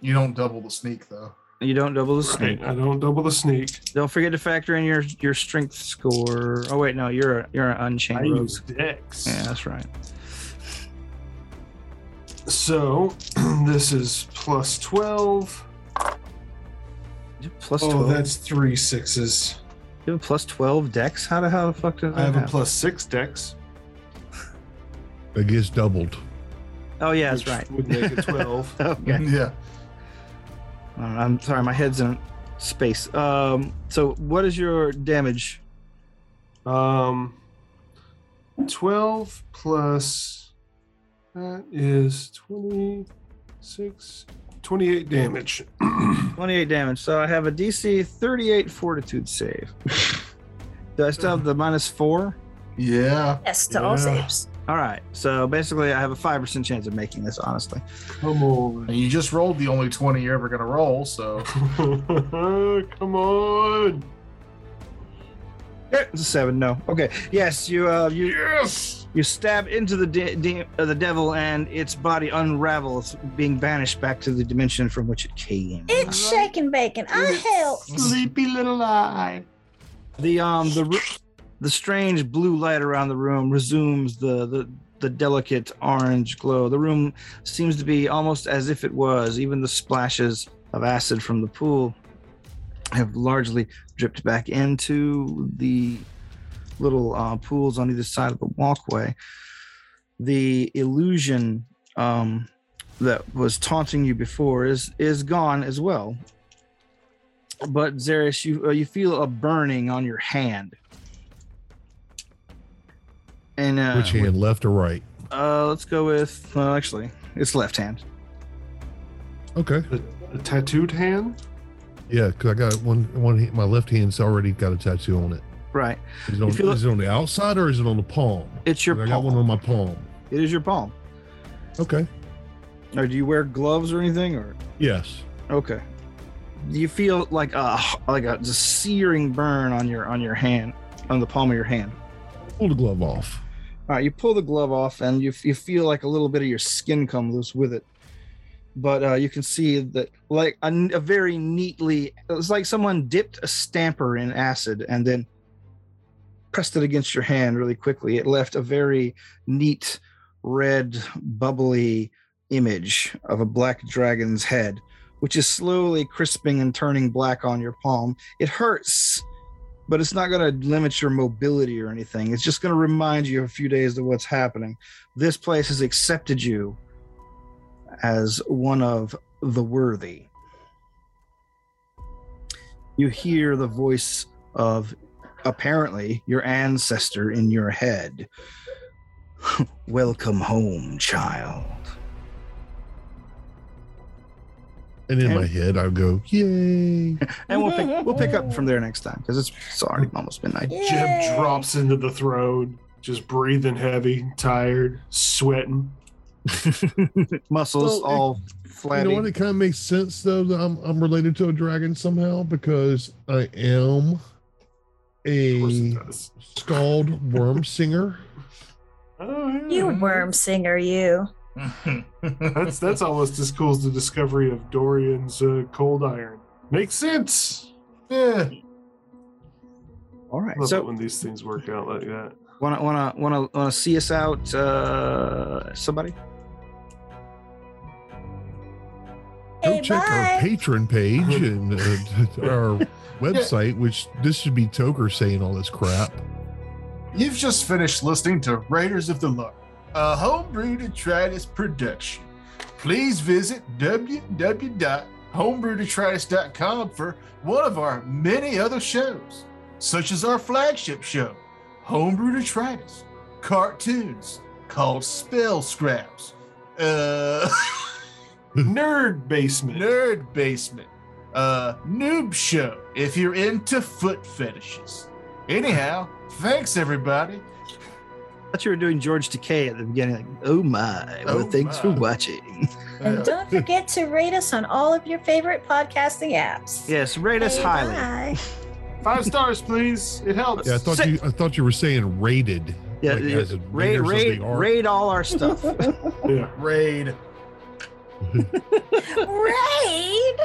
S2: You don't double the sneak though.
S1: You don't double the sneak.
S4: I don't double the sneak.
S1: Don't forget to factor in your your strength score. Oh wait, no, you're a, you're an
S4: I
S1: unchained rogue.
S4: use dex.
S1: Yeah, that's right.
S4: So *clears throat* this is plus 12.
S1: Plus
S4: oh,
S1: 12.
S4: that's three sixes.
S1: You have a plus 12 dex. How the how the fuck does that
S4: I have a
S1: happen?
S4: plus six dex.
S5: uh, It gets doubled.
S1: Oh yeah, that's
S4: which
S1: right. Oh,
S4: Would make
S1: *laughs*
S4: it 12.
S1: Okay.
S2: *laughs* Yeah.
S1: Uh, I'm sorry, my head's in space. Um, so what is your damage?
S4: Um, 12 plus that is 26 28 damage. *clears throat*
S1: 28 damage. So I have a DC 38 fortitude save. Do I still have the minus four?
S2: Yeah.
S3: Yes, to all
S4: Yeah.
S3: saves.
S1: All right. So basically, I have a 5% chance of making this, honestly.
S4: Come on. *laughs*
S2: And you just rolled the only 20 you're ever going to roll. So
S4: Come on.
S1: Eh, It's a seven. No. Okay. Yes. You uh, you
S4: Yes.
S1: you stab into the de- de- uh, the devil, and its body unravels, being banished back to the dimension from which it came.
S3: It's shaking bacon. I help.
S2: *laughs* sleepy little eye.
S1: the um the ru- the strange blue light around the room resumes the the the delicate orange glow. The room seems to be almost as if it was. Even the splashes of acid from the pool have largely dripped back into the little uh, pools on either side of the walkway. The illusion um, that was taunting you before is is gone as well but Zerish, you uh, you feel a burning on your hand. And uh,
S5: Which hand, left or right?
S1: Uh, let's go with uh, actually, it's left hand.
S5: Okay.
S4: A, a tattooed hand?
S5: Yeah, because I got one. One. hand- My left hand's already got a tattoo on it.
S1: Right,
S5: Is it on,
S1: feel-
S5: is it on the outside or is it on the palm?
S1: it's your
S5: I got one
S1: palm.
S5: on my palm.
S1: It is your palm.
S5: Okay.
S1: Or do you wear gloves or anything? Or
S5: Yes.
S1: okay, you feel like a like a just searing burn on your on your hand on the palm of your hand.
S5: Pull the glove off.
S1: All right, you pull the glove off, and you you feel like a little bit of your skin come loose with it. But uh, you can see that, like a, n- a very neatly, it's like someone dipped a stamper in acid and then pressed it against your hand really quickly. It left a very neat, red, bubbly image of a black dragon's head, which is slowly crisping and turning black on your palm. It hurts but it's not going to limit your mobility or anything. It's just going to remind you a few days of what's happening. This place has accepted you as one of the worthy. You hear the voice of apparently your ancestor in your head. *laughs* Welcome home, child.
S5: And in
S1: And-
S5: my head, I go, "Yay!"
S1: And we'll pick, we'll pick up from there next time because it's, it's already almost midnight.
S5: *laughs*
S3: Yay.
S4: Jeb drops into the throne, just breathing heavy, tired, sweating.
S1: Muscles
S5: Well, it-
S1: all
S5: You
S1: flabby.
S5: know what? It kind of makes sense though that I'm I'm related to a dragon somehow because I am
S4: Of course
S5: a
S4: it does.
S5: scald worm singer.
S4: Oh,
S3: You
S4: yeah.
S3: worm singer, you.
S4: That's that's almost as cool as the discovery of Dorian's uh, cold iron. Makes sense. Eh,
S2: yeah.
S1: all right.
S4: Love
S1: So
S4: it when these things work out like that.
S1: Wanna wanna wanna wanna see us out, uh, somebody?
S5: Go
S3: Hey,
S5: check our
S3: bye.
S5: patron page and uh, *laughs* our website, which this should be Toker saying all this crap.
S2: You've just finished listening to Raiders of the Lock, a homebrew detritus production. Please visit www.homebrewdetritus.com for one of our many other shows, such as our flagship show, Homebrew Detritus, cartoons called Spell Scraps, uh, *laughs*
S4: Nerd basement.
S2: Nerd Basement, uh, Noob Show, if you're into foot fetishes. Anyhow, thanks everybody.
S1: I thought you were doing George Takei at the beginning. Like, oh my! Well,
S2: Oh
S1: thanks for
S2: my.
S1: watching. *laughs*
S3: And
S1: uh,
S3: don't forget to rate us on all of your favorite podcasting apps.
S1: Yes, rate us
S3: Hey,
S1: highly.
S3: bye.
S4: Five stars, please. It helps.
S5: Yeah, I thought
S1: Sick.
S5: you I thought you were saying rated.
S1: Yeah,
S5: like,
S1: yeah,
S5: as in
S1: raid,
S5: Raiders
S1: raid,
S5: of the Ark.
S1: raid all our stuff.
S5: *laughs*
S4: Yeah.
S1: *laughs*
S2: Raid.
S3: Raid.